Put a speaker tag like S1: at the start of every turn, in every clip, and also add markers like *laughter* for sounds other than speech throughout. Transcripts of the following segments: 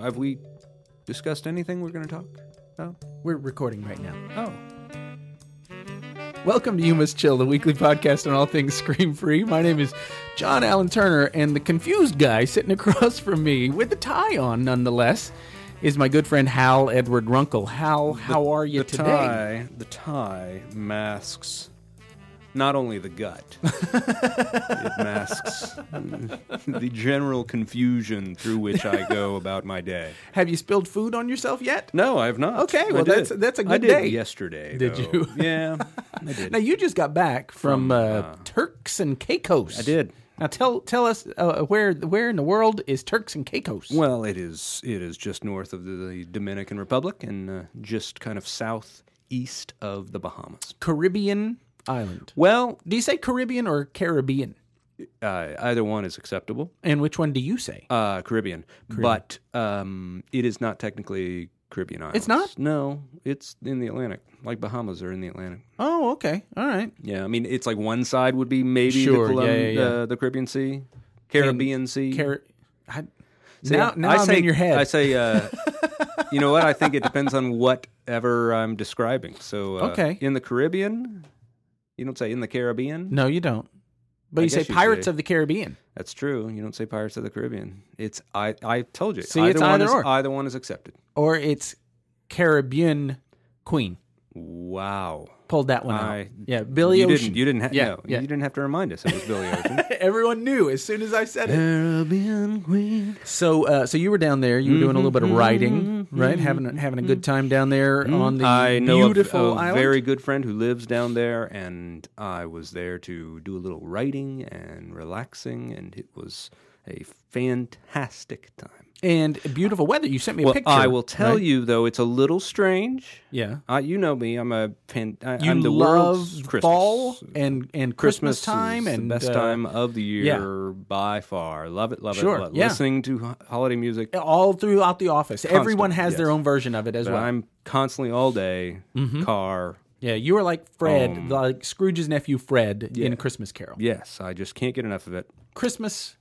S1: have we discussed anything we're going to talk about?
S2: We're recording right now.
S1: Oh,
S2: Welcome to You Must Chill, the weekly podcast on all things scream free. My name is John Allen Turner, and the confused guy sitting *laughs* across from me with the tie on, nonetheless, is my good friend Hal Edward Runkle. Hal, how are you
S1: the
S2: today?
S1: tie. The tie masks not only the gut. *laughs* it masks the general confusion through which I go about my day.
S2: Have you spilled food on yourself yet?
S1: No, I have not.
S2: Okay,
S1: I
S2: well,
S1: did.
S2: that's- that's a
S1: I
S2: good
S1: did
S2: day.
S1: Yesterday,
S2: Did
S1: though.
S2: you?
S1: *laughs* Yeah, I did.
S2: Now you just got back from uh, Turks and Caicos. I
S1: did.
S2: Now tell tell us uh, where where in the world is Turks and Caicos?
S1: Well, it is it is just north of the Dominican Republic and uh, just kind of southeast of the Bahamas.
S2: Caribbean island.
S1: Well,
S2: Do you say Caribbean or Caribbean?
S1: uh, either one is acceptable.
S2: And which one do you say?
S1: Uh, Caribbean, but um, it is not technically Caribbean islands.
S2: not?
S1: No, it's in the Atlantic. Like Bahamas are in the Atlantic.
S2: Oh, okay. All right.
S1: Yeah, I mean it's like one side would be maybe
S2: Sure,
S1: the, Colum-
S2: yeah, yeah, yeah.
S1: Uh, the Caribbean Sea, Caribbean Sea.
S2: Car- Hmm. I,
S1: See,
S2: now,
S1: I-
S2: now
S1: I
S2: I'm
S1: say,
S2: in your head.
S1: I say,
S2: *laughs*
S1: uh, you know what? I think it depends on whatever I'm describing. So, uh,
S2: Okay.
S1: in the Caribbean, you don't say in the Caribbean.
S2: no, you don't. But
S1: I
S2: you say
S1: guess you
S2: Pirates
S1: say-
S2: of the Caribbean.
S1: That's true. You don't say Pirates of the Caribbean. It's I. I told you.
S2: See, it's
S1: one
S2: either
S1: is,
S2: or.
S1: Either one is accepted.
S2: Or it's Caribbean Queen.
S1: Wow.
S2: Pulled that one out.
S1: I-
S2: Yeah, Billy
S1: you
S2: Ocean.
S1: didn't. You didn't. Ha-
S2: Yeah,
S1: no,
S2: yeah.
S1: You didn't have to remind us. It was Billy Ocean.
S2: *laughs* Everyone knew as soon as I said it.
S1: Caribbean Queen.
S2: *laughs* So, uh, so you were down there. You were doing a little bit of riding, right? Having a, having a good time down there on the
S1: I know a-
S2: beautiful
S1: a,
S2: island.
S1: very good friend who lives down there, and I was there to do a little writing and relaxing, and it was a fantastic time.
S2: and beautiful weather. You sent me a
S1: Well,
S2: picture.
S1: I will tell
S2: right?
S1: you though, it's a little strange.
S2: Yeah.
S1: I, you know me. I'm a fan. I,
S2: You
S1: I'm the
S2: love
S1: world's Christmas.
S2: fall and and Christmas,
S1: is
S2: time and
S1: the best
S2: uh,
S1: time of the year
S2: yeah.
S1: by far. Love it, love
S2: Sure,
S1: it. love it.
S2: yeah.
S1: Listening to ho- holiday music.
S2: all throughout the office. Everyone has their
S1: yes.
S2: own version of it as
S1: But
S2: well.
S1: I'm constantly all day
S2: Mm-hmm.
S1: car.
S2: yeah, you were like Fred,
S1: Um,
S2: like Scrooge's nephew Fred in Christmas Carol.
S1: Yes, I just can't get enough of it.
S2: Christmas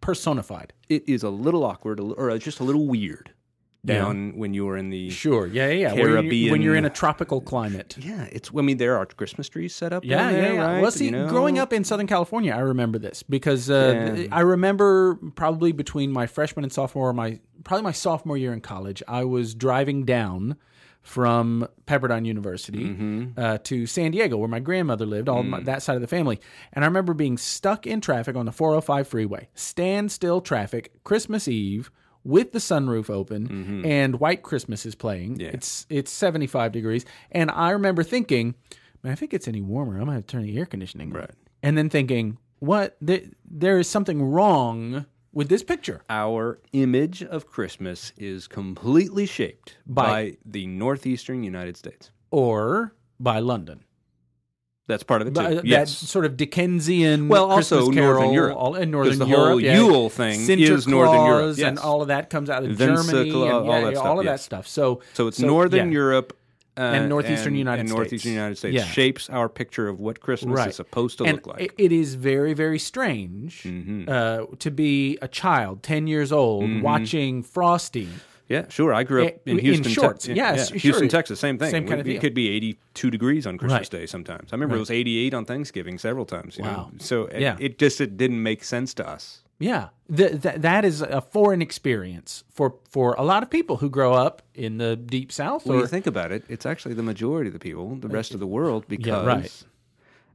S2: personified.
S1: it is a little awkward a li- or just a little weird down when you are in the
S2: Sure. Yeah, yeah. yeah. When you're- When, you're,
S1: Caribbean-
S2: in a tropical climate.
S1: yeah it's i mean there are christmas trees set up
S2: Yeah,
S1: down
S2: yeah,
S1: there,
S2: yeah.
S1: right?
S2: Well, see,
S1: You know?
S2: growing up in Southern California, I remember this because uh,
S1: Yeah.
S2: th- I remember probably between my freshman and sophomore, my probably my sophomore year in college, I was driving down from Pepperdine University
S1: Mm-hmm.
S2: uh, to San Diego, where my grandmother lived, all
S1: Mm.
S2: my, that side of the family, and I remember being stuck in traffic on the 405 freeway, standstill traffic, Christmas Eve. With the sunroof open
S1: Mm-hmm.
S2: and White Christmas is playing, it's it's 75 degrees, and I remember thinking, man, if it gets any warmer, I'm gonna have to turn the air conditioning on.
S1: Right.
S2: And then thinking, what? There, there is something wrong with this picture.
S1: our image of christmas is completely shaped by, the northeastern united states
S2: Or by London.
S1: that's part of it too
S2: By, uh, That
S1: yes
S2: sort of Dickensian.
S1: Well,
S2: Christmas
S1: also
S2: Carol,
S1: Northern Europe,
S2: All, and
S1: 'cause
S2: Northern
S1: the
S2: Europe.
S1: whole
S2: yeah.
S1: Yule thing
S2: Sinter
S1: is Northern Europe,
S2: Claus And
S1: yes.
S2: all of that comes out of
S1: Vince
S2: Germany.
S1: Cla-
S2: and,
S1: all
S2: yeah,
S1: that
S2: yeah,
S1: stuff,
S2: all of that
S1: yes.
S2: stuff. So,
S1: so it's northern
S2: yeah.
S1: europe uh,
S2: And northeastern
S1: and-
S2: United
S1: and
S2: States.
S1: northeastern united states
S2: Yeah.
S1: shapes our picture of what christmas
S2: Right.
S1: is supposed to
S2: and
S1: look like Mm-hmm.
S2: it- it is very, very strange uh, to be a child, 10 years old, watching Frosty.
S1: Yeah, sure. I grew up
S2: Eh,
S1: in
S2: in
S1: Houston. Te-
S2: shorts.
S1: yeah,
S2: Yeah,
S1: yeah.
S2: s- sure.
S1: Houston, Texas, same thing.
S2: Same
S1: We-
S2: kind of
S1: It
S2: deal.
S1: could be 82 degrees on Christmas
S2: Right.
S1: Day sometimes. I remember it was 88 on Thanksgiving several times. You
S2: Wow.
S1: Know? So it,
S2: Yeah.
S1: it just it didn't make sense to us.
S2: Yeah, Th th- that is a foreign experience for for a lot of people who grow up in the deep south.
S1: When
S2: Or Eh,
S1: you think about it, it's actually the majority of the people, the rest of the world, because
S2: right.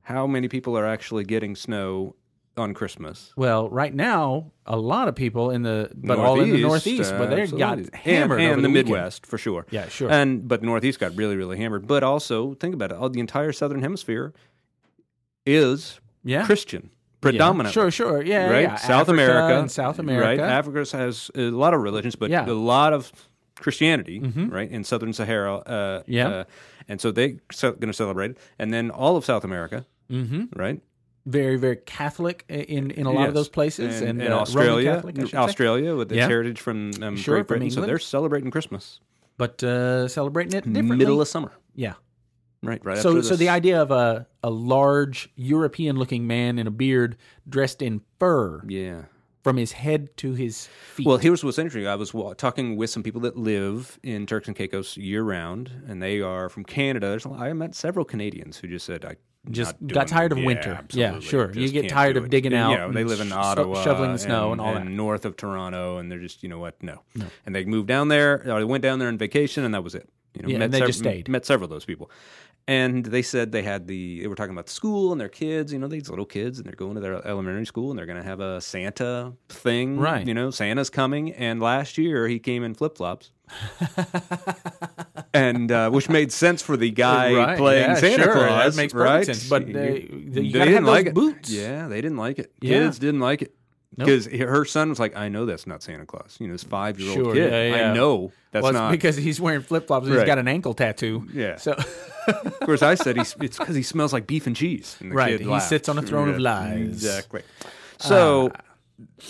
S1: how many people are actually getting snow on Christmas?
S2: well, right now, a lot of people in the but all in the northeast, but they got
S1: absolutely.
S2: hammered
S1: and, and
S2: over
S1: the,
S2: weekend.
S1: Midwest for sure.
S2: Yeah, sure.
S1: And but the Northeast got really, really hammered. But also think about it: all, the entire Southern Hemisphere is
S2: Yeah.
S1: Christian predominantly.
S2: Sure, sure, yeah,
S1: right?
S2: yeah.
S1: South
S2: Africa
S1: America,
S2: and South
S1: right?
S2: America.
S1: Africa has a lot of religions, but
S2: Yeah. Mm-hmm.
S1: a lot of Christianity, right? In Southern Sahara, uh,
S2: Yeah.
S1: uh, and so they so, going to celebrate it, and then all of South America, mm-hmm. right?
S2: very very Catholic i- in in a lot
S1: Yes.
S2: of those places, and,
S1: and,
S2: uh, Roman
S1: Australia,
S2: Catholic, I should say.
S1: Australia with its
S2: Yeah.
S1: heritage from um,
S2: Sure,
S1: Great
S2: from
S1: Britain, so
S2: England.
S1: they're celebrating Christmas
S2: but uh, celebrating it differently.
S1: middle of summer,
S2: yeah.
S1: right? Right.
S2: So
S1: after
S2: so
S1: this.
S2: the idea of a a large European looking man in a beard dressed in fur
S1: yeah,
S2: from his head to his feet.
S1: Well, here's what's interesting. I was wa- talking with some people that live in Turks and Caicos year round, and they are from Canada. There's, a lot- I met several Canadians who just said, "I
S2: just
S1: not
S2: got
S1: doing-
S2: tired of
S1: yeah,
S2: winter. Yeah,
S1: absolutely.
S2: sure.
S1: Just
S2: you get
S1: can't
S2: tired
S1: do
S2: of
S1: it."
S2: digging
S1: And,
S2: out.
S1: You know, they
S2: and
S1: live in
S2: sho-
S1: Ottawa,
S2: shoveling the snow, and, all that.
S1: north of Toronto, and they're just, you know what, no. And they moved down there. or They went down there on vacation, and that was it. You know,
S2: Yeah, and they just stayed.
S1: Met several of those people, and they said they had the. They were talking about the school and their kids. You know, these little kids, and they're going to their elementary school, and they're going to have a Santa thing.
S2: Right.
S1: You know, Santa's coming, and last year he came in flip flops. *laughs* and uh, which made sense for the guy
S2: Right,
S1: playing
S2: yeah,
S1: Santa
S2: sure, that
S1: Claus,
S2: makes perfect
S1: right?
S2: sense, but, uh, you gotta have
S1: didn't
S2: those
S1: like it.
S2: boots.
S1: Yeah, they didn't like it.
S2: Yeah.
S1: Kids didn't like it because her son was like, "I know that's not Santa Claus." You know, this five-year-old
S2: Sure,
S1: kid.
S2: yeah, yeah.
S1: I know that's
S2: well, it's
S1: not.
S2: because he's wearing flip flops. and He's
S1: Right.
S2: got an ankle tattoo.
S1: Yeah.
S2: So *laughs*
S1: of course, I said he's, it's because he smells like beef and cheese. And the
S2: Right,
S1: kid
S2: he
S1: laughed.
S2: sits on a throne of
S1: Yeah,
S2: lies. Ah.
S1: Exactly. So.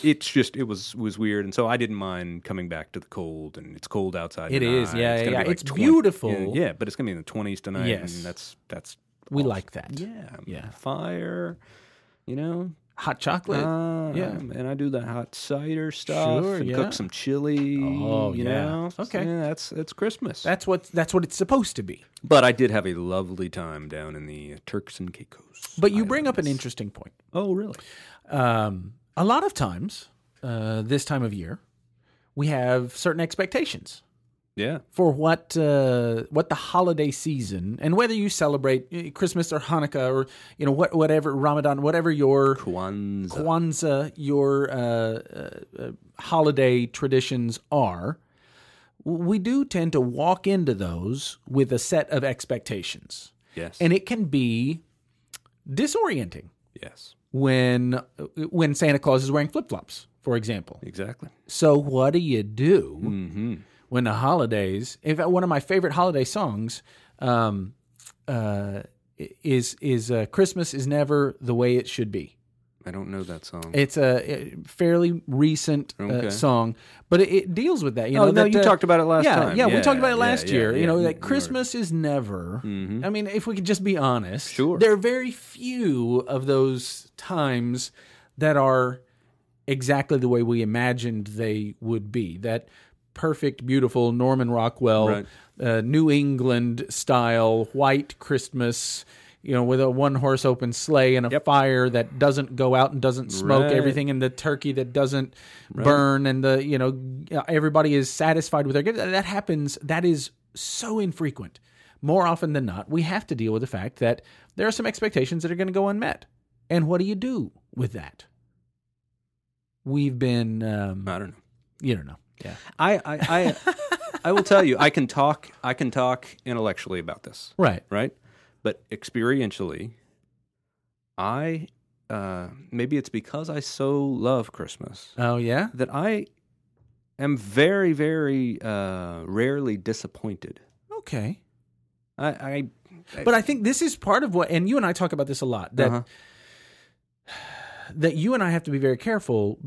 S1: It's just it was was weird, and so I didn't mind coming back to the cold, and it's cold outside.
S2: It
S1: tonight.
S2: is, yeah, yeah,
S1: gonna
S2: yeah.
S1: be like
S2: It's beautiful.
S1: Yeah, yeah, but it's gonna be in the twenties tonight.
S2: Yes.
S1: and that's that's
S2: we
S1: awesome.
S2: like that.
S1: Yeah,
S2: Yeah.
S1: Fire, you know,
S2: Hot chocolate.
S1: Uh,
S2: yeah.
S1: and I do the hot cider stuff
S2: Sure,
S1: and
S2: yeah.
S1: cook some chili.
S2: Oh,
S1: you
S2: yeah.
S1: know,
S2: Okay.
S1: Yeah, that's it's Christmas.
S2: that's what that's what it's supposed to be.
S1: but I did have a lovely time down in the Turks and Caicos.
S2: But you bring up an interesting point.
S1: oh, really?
S2: Um, a lot of times, uh, this time of year, we have certain expectations
S1: Yeah,
S2: for what uh, what the holiday season and whether you celebrate eh, Christmas or Hanukkah or you know what whatever Ramadan, whatever your
S1: Kwanzaa.
S2: Kwanzaa, your uh, uh, uh, holiday traditions are, we do tend to walk into those with a set of expectations.
S1: yes,
S2: And it can be disorienting
S1: yes,
S2: when when Santa Claus is wearing flip-flops, for example.
S1: exactly.
S2: So what do you do when the holidays? In fact, one of my favorite holiday songs um, uh, is is uh, Christmas is never the way it should be.
S1: I don't know that song.
S2: It's a uh, fairly recent uh,
S1: Okay.
S2: song, but it, it deals with that. You
S1: Oh,
S2: know,
S1: no,
S2: that,
S1: you
S2: uh,
S1: talked about it last
S2: yeah,
S1: time.
S2: Yeah, we
S1: Yeah,
S2: talked about
S1: yeah,
S2: it last
S1: yeah,
S2: year.
S1: yeah. Mm,
S2: you know,
S1: You
S2: that
S1: were- Mm-hmm.
S2: Christmas is never. I mean, if we could just be honest,
S1: Sure.
S2: there are very few of those times that are exactly the way we imagined they would be. That perfect, beautiful Norman Rockwell,
S1: Right.
S2: uh, New England style white Christmas. You know, with a one horse open sleigh and a fire that doesn't go out and doesn't smoke
S1: Right.
S2: everything, and the turkey that doesn't burn, and the you know everybody is satisfied with their gift. That happens. That is so infrequent. More often than not, we have to deal with the fact that there are some expectations that are going to go unmet. And what do you do with that? we've been um,
S1: I don't know.
S2: you don't know yeah
S1: I I *laughs* I, I will tell you. I can talk. I can talk intellectually about this.
S2: right
S1: right? But experientially, I uh, maybe it's because I so love Christmas
S2: oh yeah
S1: that I am very, very uh, rarely disappointed.
S2: okay
S1: I, I
S2: but i think this is part of what and you and i talk about this a lot that
S1: Uh-huh.
S2: that you and i have to be very careful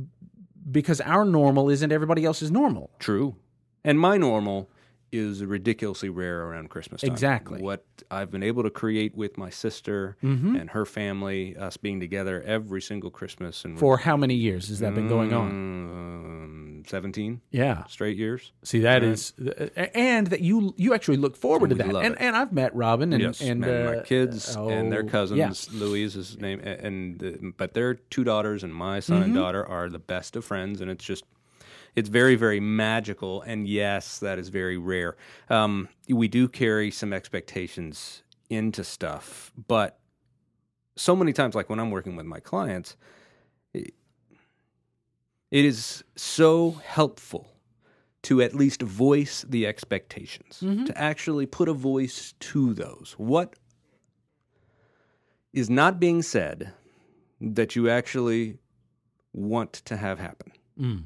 S2: because our normal isn't everybody else's normal
S1: true, and my normal is ridiculously rare around Christmas. Time.
S2: Exactly. Mm-hmm.
S1: what I've been able to create with my sister and her family, us being together every single Christmas, and
S2: for how many years has that been going on
S1: um, seventeen
S2: yeah
S1: straight years.
S2: see that is, and that you you actually look forward
S1: We
S2: to that
S1: love
S2: and
S1: it.
S2: and i've met robin and
S1: yes, and,
S2: and, uh,
S1: my kids and their
S2: oh,
S1: cousins.
S2: yeah.
S1: Louise is name, and uh, but their two daughters and my son
S2: Mm-hmm.
S1: and daughter are the best of friends, and it's just. It's very, very magical, and yes, that is very rare. Um, we do carry some expectations into stuff, but so many times, like when I'm working with my clients, it, it is so helpful to at least voice the expectations,
S2: Mm-hmm.
S1: to actually put a voice to those. What is not being said that you actually want to have happen,
S2: Mm.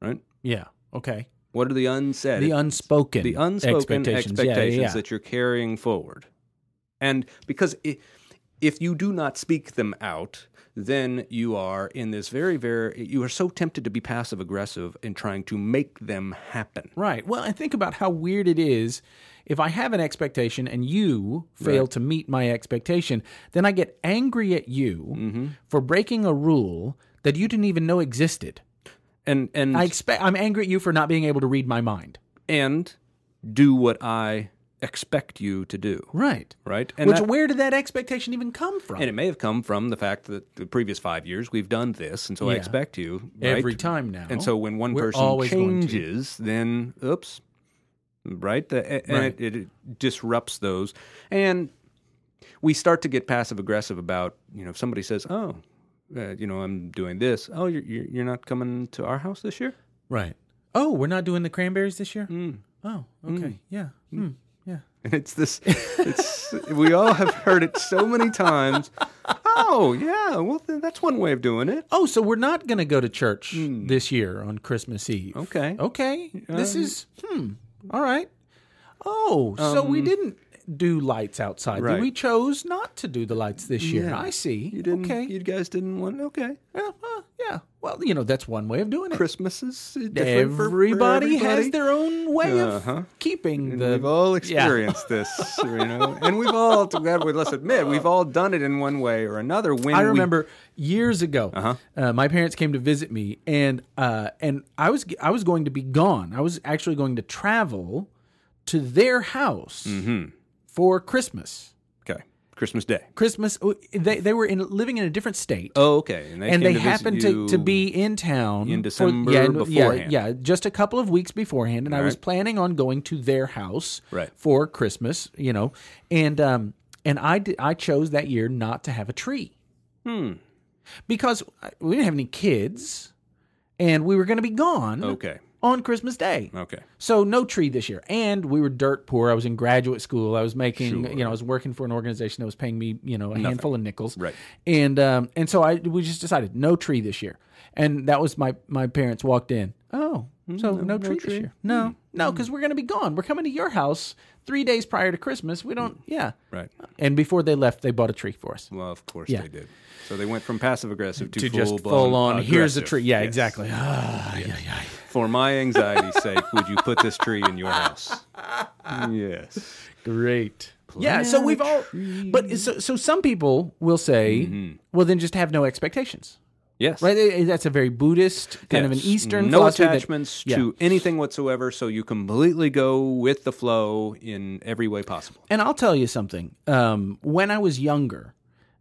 S1: right?
S2: yeah okay
S1: What are the unsaid,
S2: the unspoken
S1: the unspoken expectations,
S2: expectations, Yeah, yeah, yeah.
S1: that you're carrying forward? And because i if you do not speak them out, then you are in this very, very, you are so tempted to be passive aggressive in trying to make them happen.
S2: Right. Well, and think about how weird it is if I have an expectation and you fail to meet my expectation, then
S1: Mm-hmm.
S2: I get angry at you for breaking a rule that you didn't even know existed.
S1: and and
S2: I expect I'm angry at you for not being able to read my mind.
S1: and do what I expect you to do.
S2: Right.
S1: Right. And
S2: Which
S1: that-
S2: where did that expectation even come from?
S1: and it may have come from the fact that the previous five years we've done this, and so I
S2: Yeah.
S1: expect you right?
S2: Every time now.
S1: And so when one
S2: We're
S1: person
S2: always going to.
S1: changes, then oops, right? The, a- and
S2: Right.
S1: It, it disrupts those, and we start to get passive aggressive about you know if somebody says, oh, uh, you know I'm doing this. Oh, you're you're you're not coming to our house this year.
S2: Right. Oh, we're not doing the cranberries this year?
S1: Mm.
S2: Oh, okay. Yeah. Hmm. Yeah.
S1: And it's this. It's we all have heard it so many times. Oh yeah, well th- that's one way of doing it.
S2: Oh, so we're not going to go to church this year on Christmas Eve.
S1: Mm. Okay.
S2: Okay. this is, hmm. All right. Oh, so we didn't do lights outside.
S1: Um, Right.
S2: We chose not to do the lights this year. I see.
S1: You didn't.
S2: Okay.
S1: You guys didn't want. Okay.
S2: yeah, well, yeah. Well, you know, that's one way of doing it.
S1: Christmas is different
S2: Everybody,
S1: for, for
S2: has
S1: everybody.
S2: their own way
S1: Uh-huh.
S2: of keeping
S1: And
S2: the.
S1: we've all experienced this, you know, and we've all, to God, we- let's admit, we've all done it in one way or another. When
S2: I
S1: we-
S2: remember years ago, uh my parents came to visit me, and uh, and I was I was going to be gone. I was actually going to travel to their house for Christmas.
S1: okay, Christmas Day.
S2: Christmas. They they were in living in a different state.
S1: Oh, okay, and they,
S2: and
S1: came
S2: they
S1: to visit
S2: happened
S1: you-
S2: to, to be in town
S1: in
S2: for-
S1: December
S2: yeah, no-
S1: beforehand.
S2: Yeah, yeah, just a couple of weeks beforehand, and I was
S1: right.
S2: planning on going to their house
S1: Right.
S2: for Christmas, you know, and um and I di- I chose that year not to have a tree, hmm, because I- we didn't have any kids, and we were going to be gone
S1: Okay,
S2: on Christmas Day.
S1: okay,
S2: So no tree this year, and we were dirt poor. I was in graduate school. I was making, you know, I was working for an organization that was paying me, you know, a handful of nickels.
S1: Right.
S2: And um, and so I we just decided no tree this year, and that was my my parents walked in. Oh,
S1: Hmm,
S2: so no, tree, this year. No, no, because we're gonna be gone. We're coming to your house three days prior to Christmas. We don't. Yeah.
S1: Hmm. right.
S2: And before they left, they bought a tree for us.
S1: Well, of course
S2: Yeah.
S1: they did. So they went from passive aggressive to,
S2: To
S1: full
S2: just
S1: blown
S2: full on, here's a
S1: aggressive.
S2: tree. Yeah,
S1: Yes.
S2: exactly. Ah, yeah, yeah.
S1: For my anxiety's sake, would you put this tree in your house? Yes.
S2: Great. yeah, so we've all but so so some people will say,
S1: Mm-hmm.
S2: well then just have no expectations.
S1: Yes.
S2: Right? Eh, eh, That's a very Buddhist kind of an
S1: Yes.
S2: Eastern
S1: no
S2: philosophy that-
S1: attachments
S2: yeah.
S1: to anything whatsoever so you completely go with the flow in every way possible
S2: And I'll tell you something. Um, when I was younger,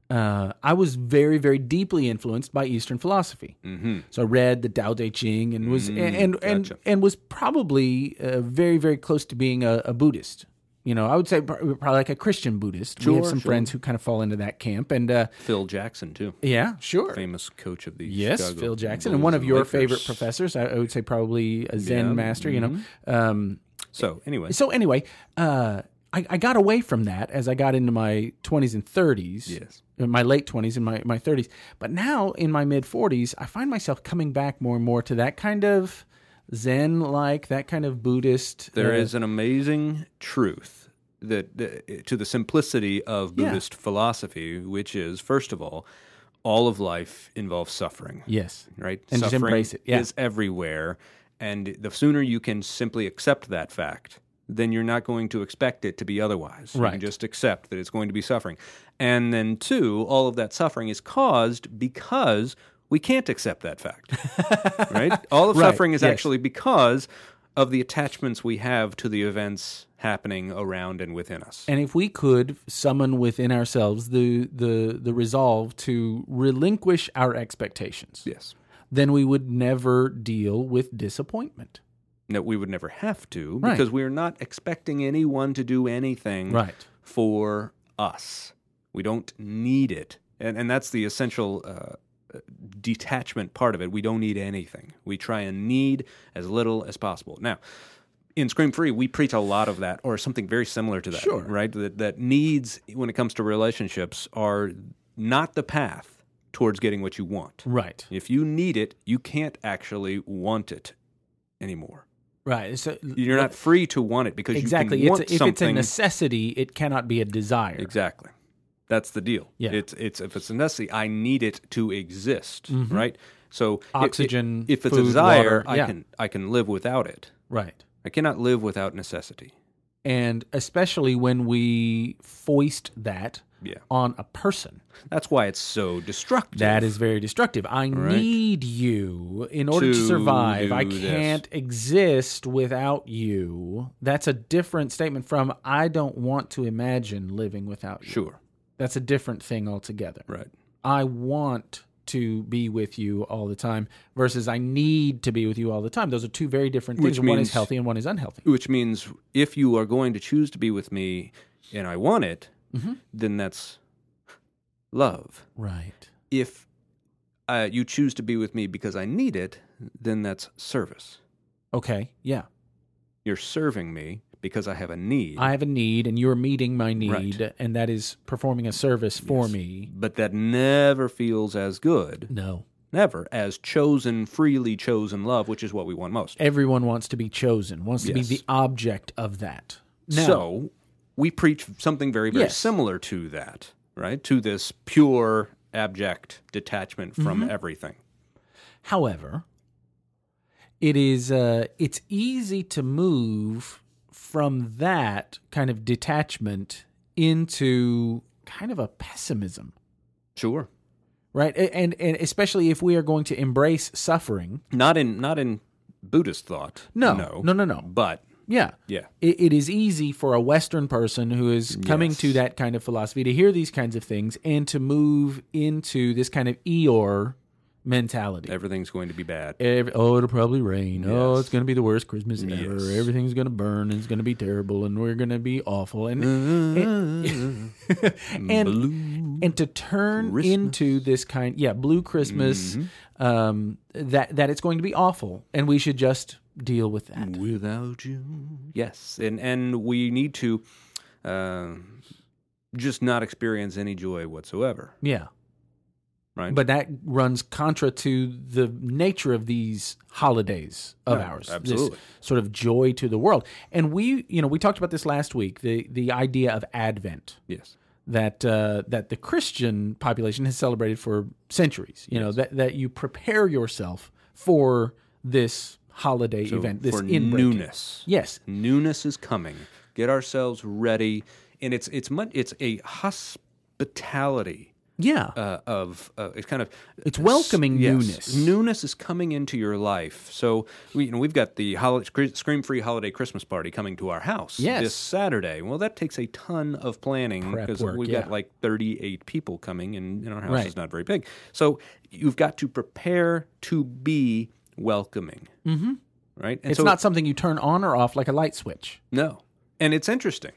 S2: uh, I was very, very deeply influenced by Eastern philosophy. Mm-hmm. So I read the Tao Te Ching and was
S1: Mm,
S2: and and, and, and was probably uh, very, very close to being a, a Buddhist. You know, I would say pro- probably like a Christian Buddhist. we have
S1: Sure,
S2: some
S1: sure.
S2: friends who kind of fall into that camp, and uh,
S1: phil jackson too
S2: yeah, sure.
S1: famous coach of the
S2: Yes,
S1: Chicago
S2: Phil Jackson,
S1: Bulls
S2: and one of your
S1: Lakers.
S2: favorite professors. I, I would say probably a Zen master. You
S1: Mm-hmm.
S2: know. Um,
S1: so anyway
S2: so anyway, uh, I, I got away from that as I got into my twenties and thirties. Uh,
S1: Yes.
S2: My late twenties and my my thirties, but now in my mid forties, I find myself coming back more and more to that kind of Zen like, that kind of Buddhist.
S1: there
S2: uh,
S1: is an amazing truth that, that to the simplicity of buddhist philosophy which is first of all all of life involves suffering
S2: yes,
S1: right?
S2: And just
S1: Suffering
S2: embrace it, yeah.
S1: is everywhere, and the sooner you can simply accept that fact, then you're not going to expect it to be otherwise. You
S2: Right.
S1: can just accept that it's going to be suffering, and then two, all of that suffering is caused because we can't accept that
S2: *laughs*
S1: fact, right? All of
S2: Right,
S1: suffering is
S2: yes.
S1: actually because of the attachments we have to the events happening around and within us.
S2: And if we could summon within ourselves the the the resolve to relinquish our expectations,
S1: yes.
S2: then we would never deal with disappointment.
S1: that we would never have to
S2: Right.
S1: because we're not expecting anyone to do anything
S2: Right.
S1: for us. We don't need it. And, and that's the essential uh, detachment part of it. We don't need anything. We try and need as little as possible. Now, in Scream Free, we preach a lot of that or something very similar to that.
S2: Sure.
S1: Right? That, that needs, when it comes to relationships, are not the path towards getting what you want.
S2: Right.
S1: If you need it, you can't actually want it anymore.
S2: Right. So
S1: You're not free to want it because
S2: exactly.
S1: you can
S2: It's
S1: want
S2: a, if it's
S1: something.
S2: a necessity, it cannot be a desire.
S1: exactly. That's the deal.
S2: Yeah.
S1: It's it's if it's a necessity, I need it to exist, right? So if-
S2: Mm-hmm. Oxygen,
S1: If, it's a
S2: food,
S1: desire,
S2: water,
S1: I
S2: yeah.
S1: can I can live without it.
S2: Right.
S1: I cannot live without necessity.
S2: and especially when we foist that
S1: Yeah.
S2: on a person.
S1: That's why it's so destructive.
S2: That is very destructive. I need you in order to,
S1: To
S2: survive. I
S1: do this.
S2: can't exist without you. That's a different statement from I don't want to imagine living without you.
S1: sure.
S2: That's a different thing altogether.
S1: Right.
S2: I want to be with you all the time versus I need to be with you all the time. Those are two very different
S1: Which
S2: things. one is
S1: means-
S2: healthy and one is unhealthy.
S1: Which means if you are going to choose to be with me and I want it,
S2: Mm-hmm.
S1: then that's love.
S2: Right.
S1: If uh, you choose to be with me because I need it, then that's service.
S2: Okay. Yeah.
S1: You're serving me because I have a need.
S2: I have a need and you're meeting my need,
S1: Right.
S2: and that is performing a service for me.
S1: but that never feels as good,
S2: No.
S1: never, as chosen, freely chosen love, which is what we want most.
S2: Everyone wants to be chosen, wants to
S1: Yes.
S2: be the object of that.
S1: So we preach something very, very
S2: Yes.
S1: similar to that, right? To this pure, abject detachment from everything.
S2: However, it is uh, it's easy to move from that kind of detachment into kind of a pessimism,
S1: Sure.
S2: right? A- And and especially if we are going to embrace suffering.
S1: Not in not in Buddhist thought.
S2: No,
S1: No.
S2: no, no, no.
S1: But
S2: Yeah,
S1: yeah.
S2: it, it is easy for a Western person who is coming to that kind of philosophy to hear these kinds of things and to move into this kind of Eeyore mentality.
S1: Everything's going to be bad.
S2: Every, oh, it'll probably rain. Oh, it's going to be the worst Christmas ever. Everything's going to burn. And it's going to be terrible, and we're going to be awful. And and, and and to turn into this kind, yeah, blue Christmas. Um, that that it's going to be awful, and we should just deal with that.
S1: Without you. Yes. And and we need to uh, just not experience any joy whatsoever.
S2: Yeah,
S1: Right.
S2: but that runs contra to the nature of these holidays of ours. this
S1: absolutely.
S2: sort of joy to the world, and we, you know, we talked about this last week. The the idea of Advent.
S1: yes.
S2: that uh, that the Christian population has celebrated for centuries. You know that that you prepare yourself for this holiday event, this
S1: for
S2: inbreaking.
S1: newness.
S2: Yes,
S1: Newness is coming. Get ourselves ready, and it's it's much, it's a hospitality
S2: yeah,
S1: uh, of uh, it's kind of
S2: it's welcoming
S1: yes,
S2: newness.
S1: Newness is coming into your life. So we, you know we've got the hol- scream free holiday Christmas party coming to our house
S2: Yes.
S1: this Saturday. Well, that takes a ton of planning
S2: Prep
S1: because
S2: work,
S1: we've got
S2: yeah.
S1: like thirty eight people coming, and, and our house
S2: Right.
S1: is not very big. So you've got to prepare to be welcoming. Mm-hmm. Right, and
S2: it's
S1: so
S2: not something you turn on or off like a light switch.
S1: no, and it's interesting.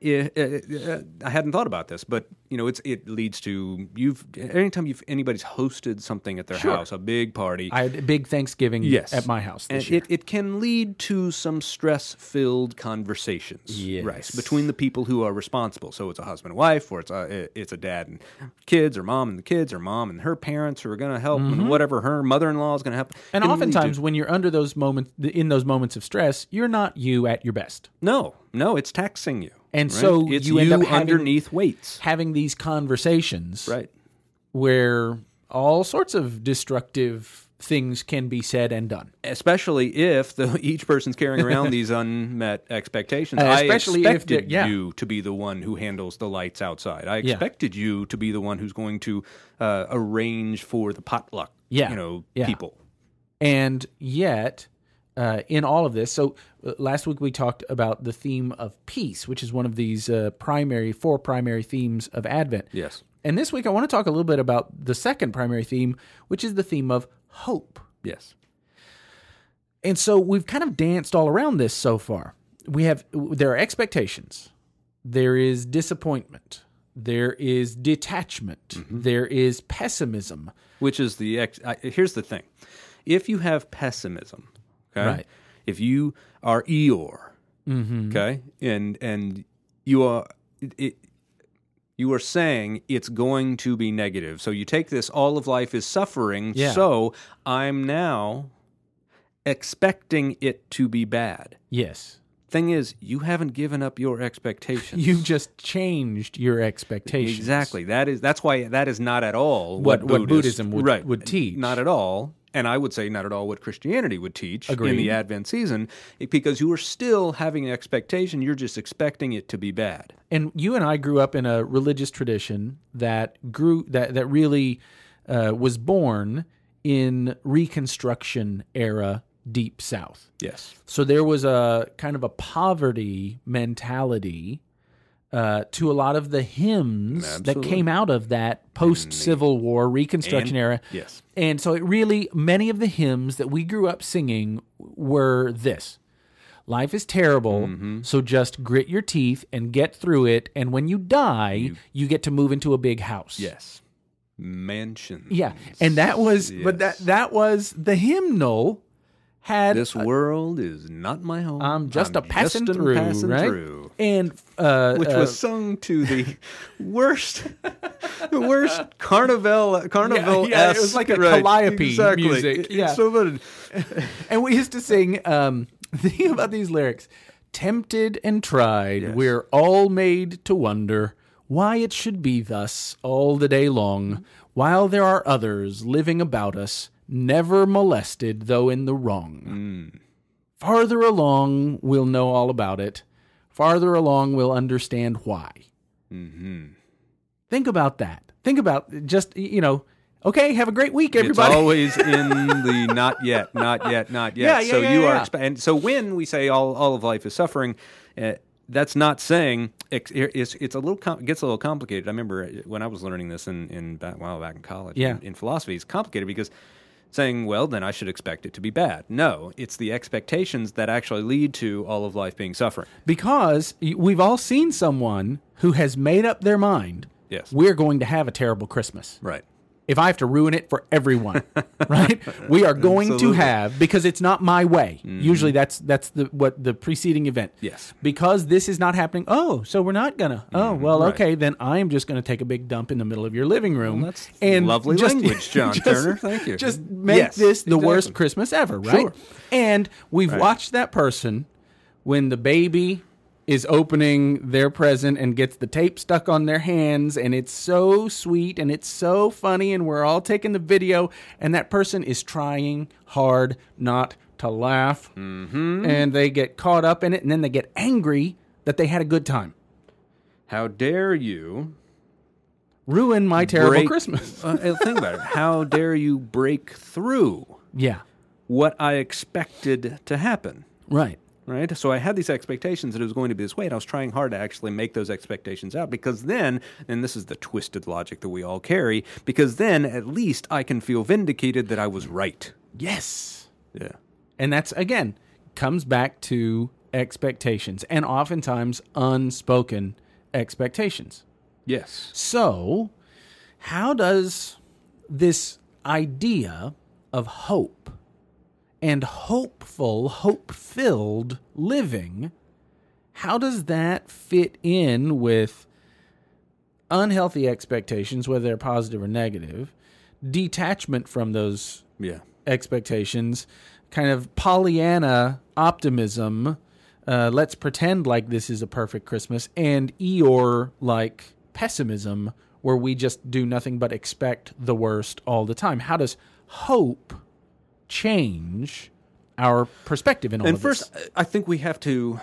S1: I- I I hadn't thought about this, but you know, it's it leads to you've anytime you've anybody's hosted something at their house, a big party,
S2: I had a big Thanksgiving
S1: Yes.
S2: at my house this
S1: and
S2: year.
S1: it, it can lead to some stress-filled conversations, right,
S2: Yes.
S1: between the people who are responsible. So it's a husband and wife, or it's a it's a dad and kids, or mom and the kids, or mom and her parents who are going to help, and whatever her mother-in-law is going to help.
S2: Mm-hmm. and
S1: Can lead to-
S2: oftentimes, when you're under those moments, in those moments of stress, you're not you at your best.
S1: no, no, it's taxing you,
S2: And
S1: right?
S2: so
S1: it's
S2: you end up having-
S1: underneath weights,
S2: Having these conversations,
S1: right?
S2: where all sorts of destructive things can be said and done.
S1: especially if the, *laughs* each person's carrying around these unmet expectations.
S2: Uh,
S1: I
S2: especially if
S1: expected
S2: they're- yeah.
S1: you to be the one who handles the lights outside. I expected you to be the one who's going to uh, arrange for the potluck.
S2: Yeah.
S1: you know,
S2: Yeah.
S1: people.
S2: And yet, uh, in all of this, so uh, last week we talked about the theme of peace, which is one of these uh, primary, four primary themes of Advent.
S1: Yes.
S2: And this week I want to talk a little bit about the second primary theme, which is the theme of hope.
S1: Yes.
S2: And so we've kind of danced all around this so far. We have there are expectations. There is disappointment. There is detachment. There is pessimism.
S1: Which is the ex- I, here's the thing: if you have pessimism, okay,
S2: Right. Mm-hmm.
S1: if you are Eeyore, okay, and and you are it, it, you are saying it's going to be negative. So you take this: all of life is suffering.
S2: Yeah.
S1: So I'm now expecting it to be bad.
S2: Yes.
S1: Thing is, you haven't given up your
S2: *laughs*
S1: expectations.
S2: You've just changed your expectations.
S1: Exactly. That is that's why that is not at all
S2: What-
S1: what
S2: what
S1: Buddhist-
S2: Buddhism would-
S1: right.
S2: would teach.
S1: Not at all. and I would say not at all what Christianity would teach in
S2: Agreed.
S1: the Advent season, because you are still having an expectation. You're just expecting it to be bad.
S2: and you and I grew up in a religious tradition that grew that that really uh, was born in Reconstruction era Deep South.
S1: Yes.
S2: So there was a kind of a poverty mentality uh, to a lot of the hymns that
S1: Absolutely.
S2: came out of that post Civil War Reconstruction
S1: And-
S2: era.
S1: yes.
S2: And so it really, many of the hymns that we grew up singing were this Life is terrible,
S1: Mm-hmm.
S2: so just grit your teeth and get through it. And when you die, you, get to move into a big house.
S1: Yes. Mansion.
S2: Yeah. And that was, but that,
S1: Yes.
S2: that was the hymnal had
S1: This world is not my home.
S2: I'm just a passing
S1: just
S2: through,
S1: passing
S2: right?
S1: through.
S2: And uh,
S1: Which
S2: uh,
S1: was sung to the worst, the
S2: *laughs*
S1: worst carnival, carnival.
S2: yeah, it was like a calliope
S1: exactly.
S2: music,
S1: It's
S2: yeah.
S1: so good.
S2: and we used to sing. Um, *laughs* think about these lyrics: "Tempted and tried, we're all made to wonder why it should be thus all the day long, while there are others living about us, never molested though in the wrong. Farther along, we'll know all about it. Farther along, we'll understand why." Think about that. Think about just you know. Okay, have a great week,
S1: It's
S2: everybody.
S1: always
S2: *laughs*
S1: in the not yet, not yet, not yet.
S2: Yeah, yeah,
S1: so
S2: yeah,
S1: you are,
S2: yeah.
S1: exp- and so when we say all, all of life is suffering, uh, that's not saying ex- it's, it's a little com- gets a little complicated. I remember eh, when I was learning this in in back, wow back in college.
S2: Yeah.
S1: in, in philosophy, it's complicated because saying well then I should expect it to be bad. No, it's the expectations that actually lead to all of life being suffering.
S2: because y- we've all seen someone who has made up their mind
S1: Yes.
S2: we're going to have a terrible christmas
S1: Right.
S2: if i have to ruin it for
S1: *laughs*
S2: everyone right we are going
S1: Absolutely. Mm-hmm.
S2: to have because it's not my way usually that's that's the what the preceding event
S1: Yes. Mm-hmm.
S2: because this is not happening oh so we're not gonna oh well
S1: Right.
S2: okay then i'm just gonna take a big dump in the middle of your living room
S1: that's lovely
S2: *laughs*
S1: language, John Turner. Thank you.
S2: just make
S1: Yes,
S2: this the worst
S1: exactly.
S2: Christmas ever, right?
S1: Sure.
S2: And we've watched that person when the baby is opening their present and gets the tape stuck on their hands and it's so sweet and it's so funny and we're all taking the video and that person is trying hard not to laugh and they get caught up in it and then they get angry that they had a good time
S1: How dare you
S2: ruin my terrible
S1: break-
S2: christmas
S1: *laughs* uh, think about it. How dare you break through
S2: yeah
S1: what I expected to happen?
S2: right
S1: right? So I had these expectations that it was going to be this way, and I was trying hard to actually make those expectations out because then, and this is the twisted logic that we all carry, because then at least I can feel vindicated that I was right.
S2: yes
S1: Yeah.
S2: And that's again comes back to expectations and oftentimes unspoken expectations.
S1: Yes.
S2: So, how does this idea of hope and hopeful, hope-filled living how does that fit in with unhealthy expectations whether they're positive or negative, detachment from those
S1: Yeah.
S2: expectations, kind of Pollyanna optimism. Uh, let's pretend like this is a perfect Christmas, and Eeyore like pessimism, where we just do nothing but expect the worst all the time. How does hope change our perspective in all
S1: And
S2: of this?
S1: first, I think we have to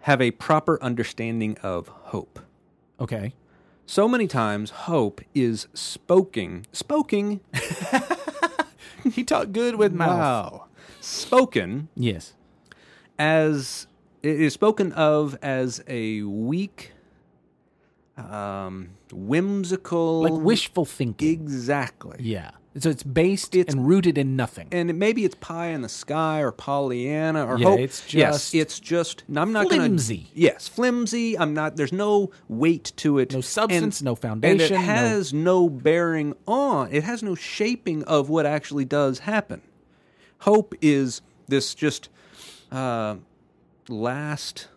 S1: have a proper understanding of hope.
S2: Okay.
S1: So many times, hope is spoken. Spoken? *laughs*
S2: He talked good with mouth.
S1: Spoken
S2: Yes.
S1: as it is spoken of as a weak, um, whimsical,
S2: Like wishful thinking.
S1: exactly.
S2: Yeah. So it's based and rooted in nothing.
S1: And maybe it's pie in the sky or Pollyanna or
S2: Yeah,
S1: hope.
S2: it's
S1: yes,
S2: just
S1: it's just. no, I'm not going
S2: flimsy.
S1: Yes, flimsy. I'm not. There's no weight to it.
S2: No substance, no
S1: And
S2: foundation,
S1: it
S2: no-
S1: has no bearing on. It has no shaping of what actually does happen. Hope is this just uh, last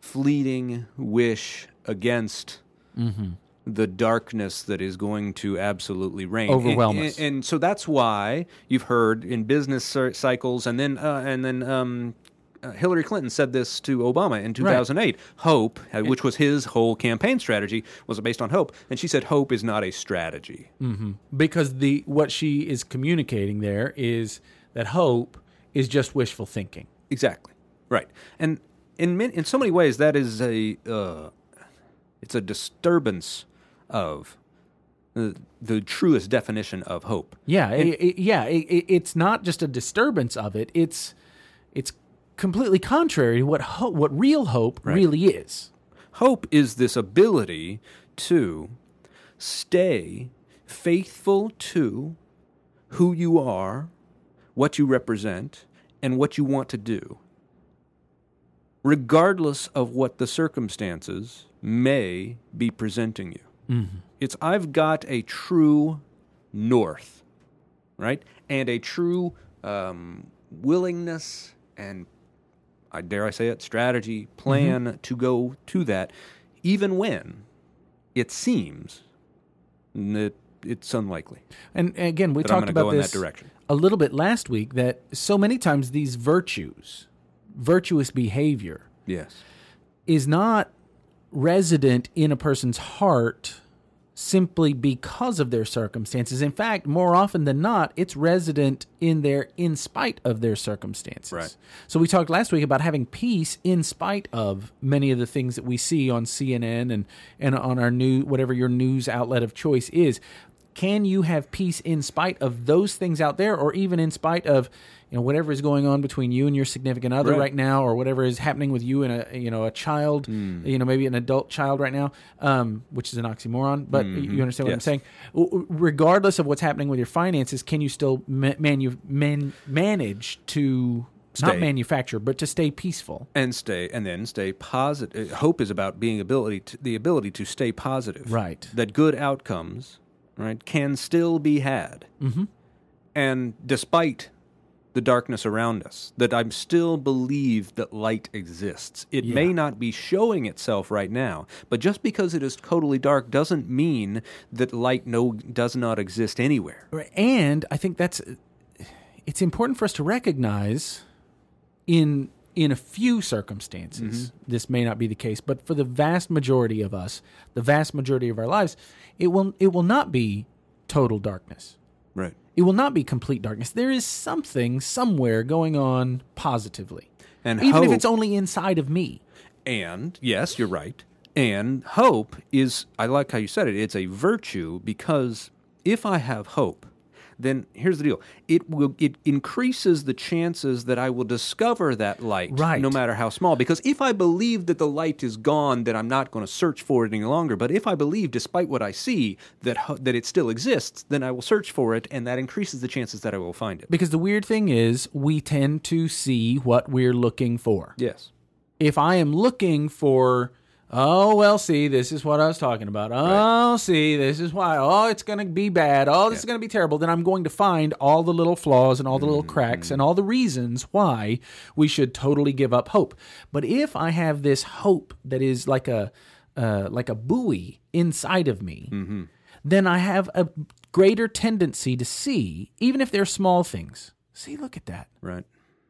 S1: fleeting wish against
S2: Mm-hmm.
S1: the darkness that is going to absolutely reign.
S2: Overwhelm
S1: And,
S2: us.
S1: and, and so that's why you've heard in business cir- cycles, and then uh, and then um, uh, Hillary Clinton said this to Obama in 2008. Hope, uh, which was his whole campaign strategy, was based on hope. And she said, hope is not a strategy.
S2: because the what she is communicating there is that hope is just wishful thinking.
S1: Exactly. Right. And in min- in so many ways, that is a uh, it's a disturbance of the, the truest definition of hope.
S2: Yeah, it, it- yeah. It, it- it's not just a disturbance of it. It's it's completely contrary to what ho- what real hope really is.
S1: Hope is this ability to stay faithful to who you are, what you represent, and what you want to do, regardless of what the circumstances may be presenting you. It's I've got a true north, right? And a true um, willingness and I dare I say it, strategy, plan to go to that, even when it seems that it's unlikely
S2: And again, we
S1: that I'm
S2: talked
S1: going to
S2: about
S1: go
S2: this
S1: in that direction.
S2: a little bit last week. That so many times these virtues, virtuous behavior,
S1: Yes.
S2: is not resident in a person's heart simply because of their circumstances. In fact, more often than not, it's resident in there in spite of their circumstances.
S1: Right.
S2: So we talked last week about having peace in spite of many of the things that we see on CNN and and on our new whatever your news outlet of choice is. Can you have peace in spite of those things out there or even in spite of you know whatever is going on between you and your significant other
S1: Right.
S2: right now or whatever is happening with you and a you know a child,
S1: Hmm.
S2: you know maybe an adult child right now, um, which is an oxymoron, but you understand what
S1: Mm-hmm.
S2: I'm
S1: Yes.
S2: saying. W- w- regardless of what's happening with your finances, can you still ma- manu- man- manage to not
S1: Stay.
S2: manufacture, but to stay peaceful?
S1: And stay, and then stay positive. Hope is about being ability, to, the ability to stay positive.
S2: Right.
S1: That good outcomes, right, can still be had, mm-hmm. and despite the darkness around us, that I'm still believe that light exists. It may not be showing itself right now, but just because it is totally dark doesn't mean that light no does not exist anywhere.
S2: Right. And I think that's it's important for us to recognize in in a few circumstances
S1: Mm-hmm.
S2: this may not be the case, but for the vast majority of us, the vast majority of our lives, it will it will not be total darkness.
S1: Right.
S2: It will not be complete darkness. There is something somewhere going on positively.
S1: And
S2: even if
S1: hope-
S2: it's only inside of me.
S1: And yes, you're right. And hope is, I like how you said it, it's a virtue because if I have hope, then here's the deal it will it increases the chances that i will discover that light
S2: Right.
S1: no matter how small because if i believe that the light is gone then i'm not going to search for it any longer but if i believe despite what i see that ho- that it still exists then i will search for it and that increases the chances that i will find it
S2: Because the weird thing is we tend to see what we're looking for.
S1: yes
S2: if I am looking for, oh, well, see, this is what I was talking about. Oh, see, this is why. Oh, it's going to be bad. Oh, this is going to be terrible. Then I'm going to find all the little flaws and all the little cracks and all the reasons why we should totally give up hope. But if I have this hope that is like a, uh, like a buoy inside of me, then I have a greater tendency to see, even if they're small things. See, look at that
S1: right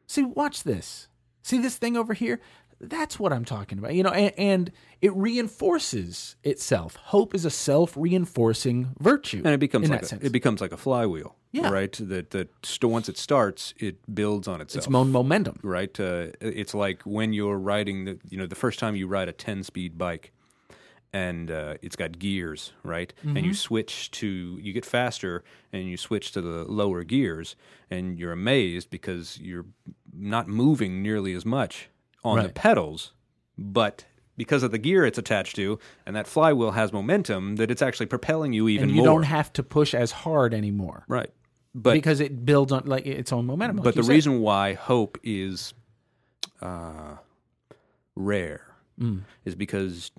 S2: see watch this see this thing over here that's what i'm talking about you know and, and it reinforces itself hope is a self-reinforcing virtue
S1: and it becomes
S2: in
S1: like
S2: that
S1: a,
S2: sense
S1: it becomes like a flywheel,
S2: Yeah.
S1: right? That that st- once it starts, it builds on itself,
S2: it's mo- momentum
S1: right? Uh, it's like when you're riding the you know the first time you ride a ten speed bike, and uh, it's got gears, right? And
S2: Mm-hmm.
S1: you switch to you get faster, and you switch to the lower gears, and you're amazed because you're not moving nearly as much on the
S2: Right.
S1: pedals, but because of the gear it's attached to, and that flywheel has momentum, that it's actually propelling you even
S2: and you
S1: more.
S2: don't have to push as hard anymore
S1: Right. But
S2: because it builds on like its own momentum like
S1: but
S2: you
S1: the
S2: said.
S1: reason why hope is uh, rare
S2: Mm.
S1: is because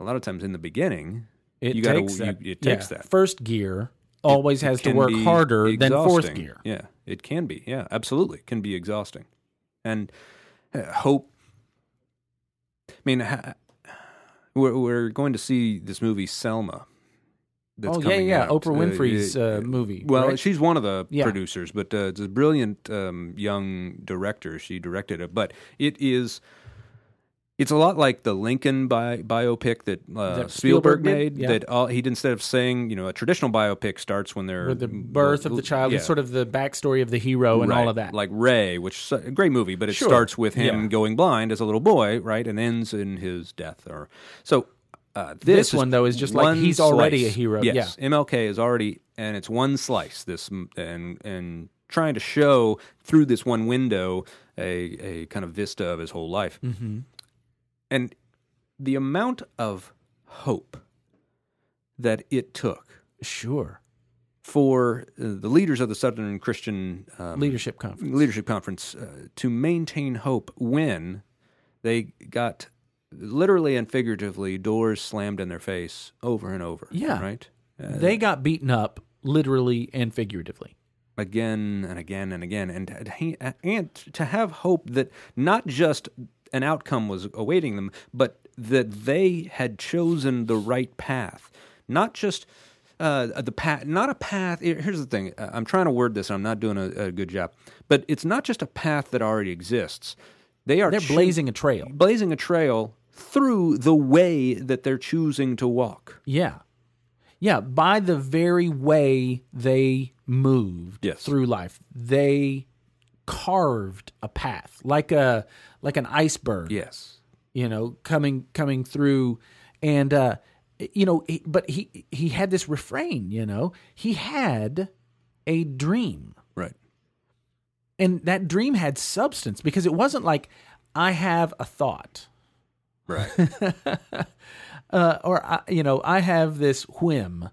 S1: a lot of times in the beginning
S2: it
S1: you gotta-
S2: takes that,
S1: you- it
S2: yeah,
S1: takes that.
S2: first gear always has to
S1: can
S2: work
S1: be
S2: harder than fourth
S1: exhausting.
S2: gear
S1: Yeah, it can be. Yeah, absolutely, can be exhausting. And uh, hope. I mean, ha- we're, we're going to see this movie Selma that's
S2: oh yeah,
S1: coming
S2: yeah,
S1: out.
S2: Oprah
S1: Uh,
S2: Winfrey's
S1: it-
S2: uh, movie.
S1: Well,
S2: right?
S1: she's one of the
S2: Yeah.
S1: producers, but uh, it's a brilliant um, young director. She directed it, but it is. It's a lot like the Lincoln bi- biopic that, uh,
S2: That
S1: Spielberg,
S2: Spielberg did?
S1: made.
S2: Yeah.
S1: That all, he instead of saying, you know, a traditional biopic starts when they're
S2: with the birth of the child
S1: yeah.
S2: and sort of the backstory of the hero and all of that.
S1: Like Ray, which is a great movie, but it
S2: Sure.
S1: starts with him
S2: Yeah.
S1: going blind as a little boy, right, and ends in his death. Or so. Uh, this
S2: This one, though, is just like
S1: one
S2: he's already
S1: slice.
S2: a hero.
S1: Yes, MLK is already, and it's one slice. This m- and and trying to show through this one window a a kind of vista of his whole life, mm-hmm. and the amount of hope that it took
S2: sure.
S1: for uh, the leaders of the Southern Christian um,
S2: Leadership conference.
S1: leadership conference uh, to maintain hope when they got literally and figuratively doors slammed in their face over and over.
S2: Yeah.
S1: Right? Uh,
S2: They got beaten up literally and figuratively.
S1: again and again and again. And, to- to- and to have hope that not just an outcome was awaiting them, but that they had chosen the right path. Not just. Uh, the path, not a path. here- Here's the thing. I- I'm trying to word this, and I'm not doing a, a good job. But it's not just a path that already exists. They are
S2: They're
S1: choo-
S2: blazing a trail.
S1: blazing a trail through the way that they're choosing to walk.
S2: Yeah. Yeah, by the very way they moved
S1: Yes.
S2: through life, they carved a path like a like an iceberg.
S1: Yes.
S2: you know, coming coming through, and uh, you know, he, but he he had this refrain, you know, he had a dream,
S1: Right.
S2: and that dream had substance because it wasn't like I have a thought,
S1: Right.
S2: *laughs* uh, or I, you know, I have this whim.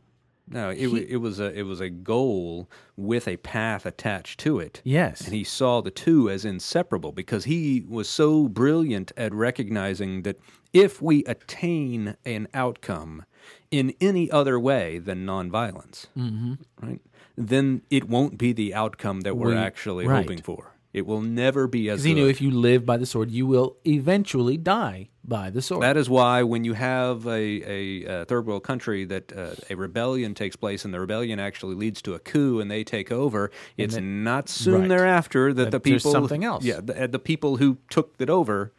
S1: No, it, wa it was a it was a goal with a path attached to it.
S2: Yes,
S1: And he saw the two as inseparable because he was so brilliant at recognizing that if we attain an outcome in any other way than nonviolence,
S2: Mm-hmm.
S1: right, then it won't be the outcome that we're
S2: We-
S1: actually
S2: right.
S1: hoping for. It will never be as
S2: because he knew
S1: good.
S2: if you live by the sword, you will eventually die by the sword.
S1: That is why when you have a, a, uh third world country that uh, a rebellion takes place and the rebellion actually leads to a coup and they take over, it's not soon
S2: Right.
S1: thereafter that, the
S2: there's
S1: people
S2: something else.
S1: Yeah, the, uh, the people who took it over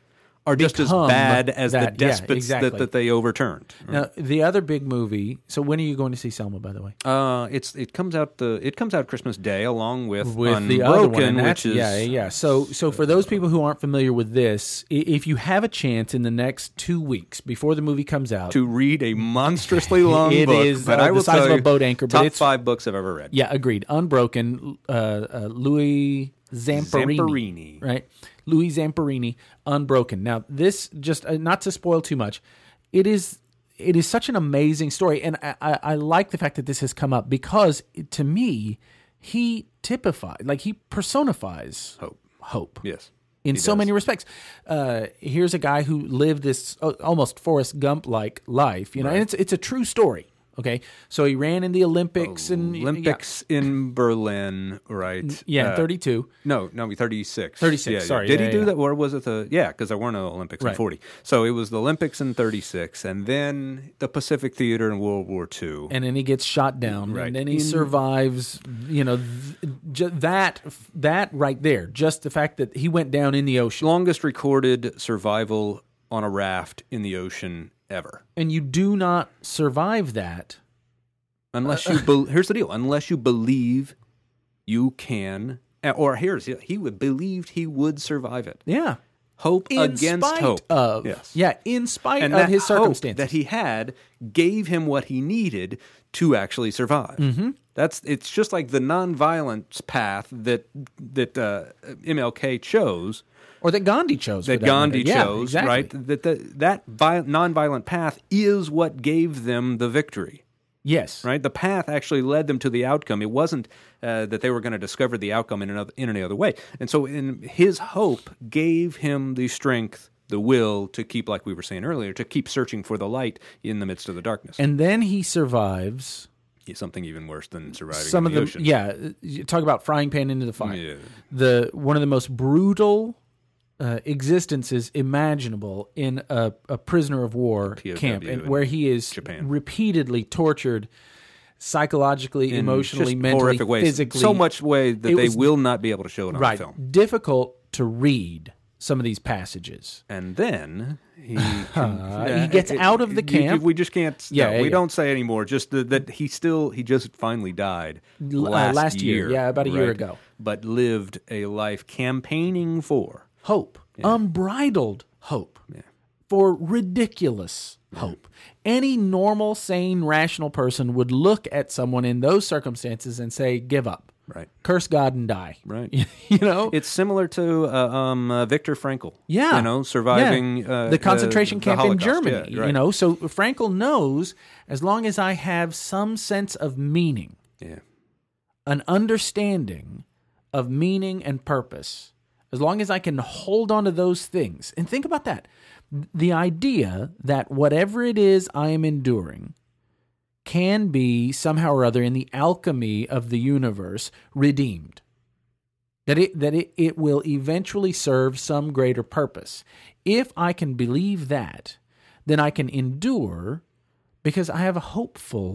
S1: are just as
S2: Become
S1: bad as
S2: that-
S1: the
S2: yeah,
S1: despots that,
S2: exactly.
S1: that they overturned.
S2: now, the other big movie. So, when are you going to see Selma? By the way,
S1: Uh, it's it comes out the it comes out Christmas Day along with, Unbroken,
S2: with the other one, and
S1: which
S2: that's-
S1: is Uh,
S2: yeah, yeah, yeah. So, so for those people who aren't familiar with this, i- if you have a chance in the next two weeks before the movie comes out,
S1: to read a monstrously long
S2: *laughs* It
S1: book.
S2: is,
S1: but
S2: uh,
S1: I
S2: the
S1: will
S2: size
S1: tell
S2: of a
S1: you,
S2: boat anchor, but
S1: Top
S2: it's-
S1: five books I've ever read.
S2: yeah, agreed. Unbroken, uh, uh, Louis Zamperini,
S1: Zamperini.
S2: right? Louis Zamperini, Unbroken. Now, this just uh, not to spoil too much, it is. It is such an amazing story, and I, I, I like the fact that this has come up because, to me, he typifies, like he personifies
S1: Hope.
S2: hope.
S1: Yes.
S2: in
S1: He
S2: so
S1: does.
S2: many respects. Uh, here's a guy who lived this uh, almost Forrest Gump like life, you know, and it's it's a true story. Okay, so he ran in the Olympics and yeah.
S1: Olympics in Berlin, right?
S2: yeah,
S1: Uh,
S2: 32.
S1: No, no, thirty six.
S2: 36, sorry,
S1: Did
S2: yeah,
S1: he
S2: yeah,
S1: do
S2: yeah.
S1: that, or was it the? Yeah, because there were no Olympics in
S2: Right.
S1: forty. So it was the Olympics in thirty six, and then the Pacific Theater in World War Two.
S2: And then he gets shot down,
S1: Right.
S2: and then he
S1: In-
S2: survives. You know, th- ju- that that right there, just the fact that he went down in the ocean,
S1: Longest recorded survival on a raft in the ocean ever.
S2: and you do not survive that.
S1: Unless
S2: Uh,
S1: you, bel here's the deal. Unless you believe you can, or here's he would believed he would survive it.
S2: Yeah,
S1: Hope
S2: in
S1: against
S2: spite
S1: hope.
S2: of
S1: yes.
S2: yeah, in spite
S1: and
S2: of
S1: that
S2: his
S1: hope
S2: circumstances.
S1: that he had gave him what he needed to actually survive.
S2: Mm-hmm.
S1: That's it's just like the nonviolence path that that uh, MLK chose,
S2: or that Gandhi chose. for
S1: that
S2: matter.
S1: Gandhi
S2: Yeah,
S1: chose,
S2: exactly.
S1: right? That that that vi- nonviolent path is what gave them the victory.
S2: Yes,
S1: Right, the path actually led them to the outcome. It wasn't uh, that they were going to discover the outcome in another in any other way. And so, in his hope, gave him the strength, the will to keep, like we were saying earlier, to keep searching for the light in the midst of the darkness.
S2: and then he survives
S1: Is something even worse than surviving
S2: some
S1: in
S2: of
S1: the
S2: the
S1: ocean.
S2: yeah uh, you talk about frying pan into the fire
S1: Yeah.
S2: the one of the most brutal uh, existences imaginable in a, a prisoner of war camp
S1: POW
S2: and
S1: in
S2: where he is
S1: Japan.
S2: repeatedly tortured psychologically, emotionally,
S1: Just
S2: mentally,
S1: horrific ways.
S2: physically.
S1: So much way that
S2: It
S1: they
S2: was-
S1: will not be able to show it on
S2: right,
S1: film.
S2: difficult to read some of these passages.
S1: And then
S2: *laughs*
S1: he Yeah,
S2: he gets
S1: it-
S2: out of the
S1: you- you-
S2: camp.
S1: we just can't.
S2: Yeah,
S1: Yeah,
S2: yeah,
S1: we
S2: yeah.
S1: don't say anymore. Just the, that he still he just finally died
S2: L- uh,
S1: last,
S2: last year.
S1: year.
S2: Yeah, about a year
S1: right?
S2: ago.
S1: But lived a life campaigning for.
S2: Hope, unbridled hope, for ridiculous hope. Any normal, sane, rational person would look at someone in those circumstances and say, "Give up,
S1: Right.
S2: curse God and die."
S1: Right.
S2: *laughs* you know,
S1: It's similar to uh, um, uh, Viktor Frankl.
S2: Yeah,
S1: you know, surviving
S2: Yeah.
S1: Uh,
S2: the concentration
S1: the
S2: camp in
S1: Holocaust.
S2: Germany.
S1: Yeah, right.
S2: You know, so Frankel knows as long as I have some sense of meaning,
S1: Yeah.
S2: an understanding of meaning and purpose, as long as I can hold on to those things, and think about that, the idea that whatever it is I am enduring. Can be somehow or other in the alchemy of the universe redeemed that it that it, it will eventually serve some greater purpose. If I can believe that, then I can endure because I have a hopeful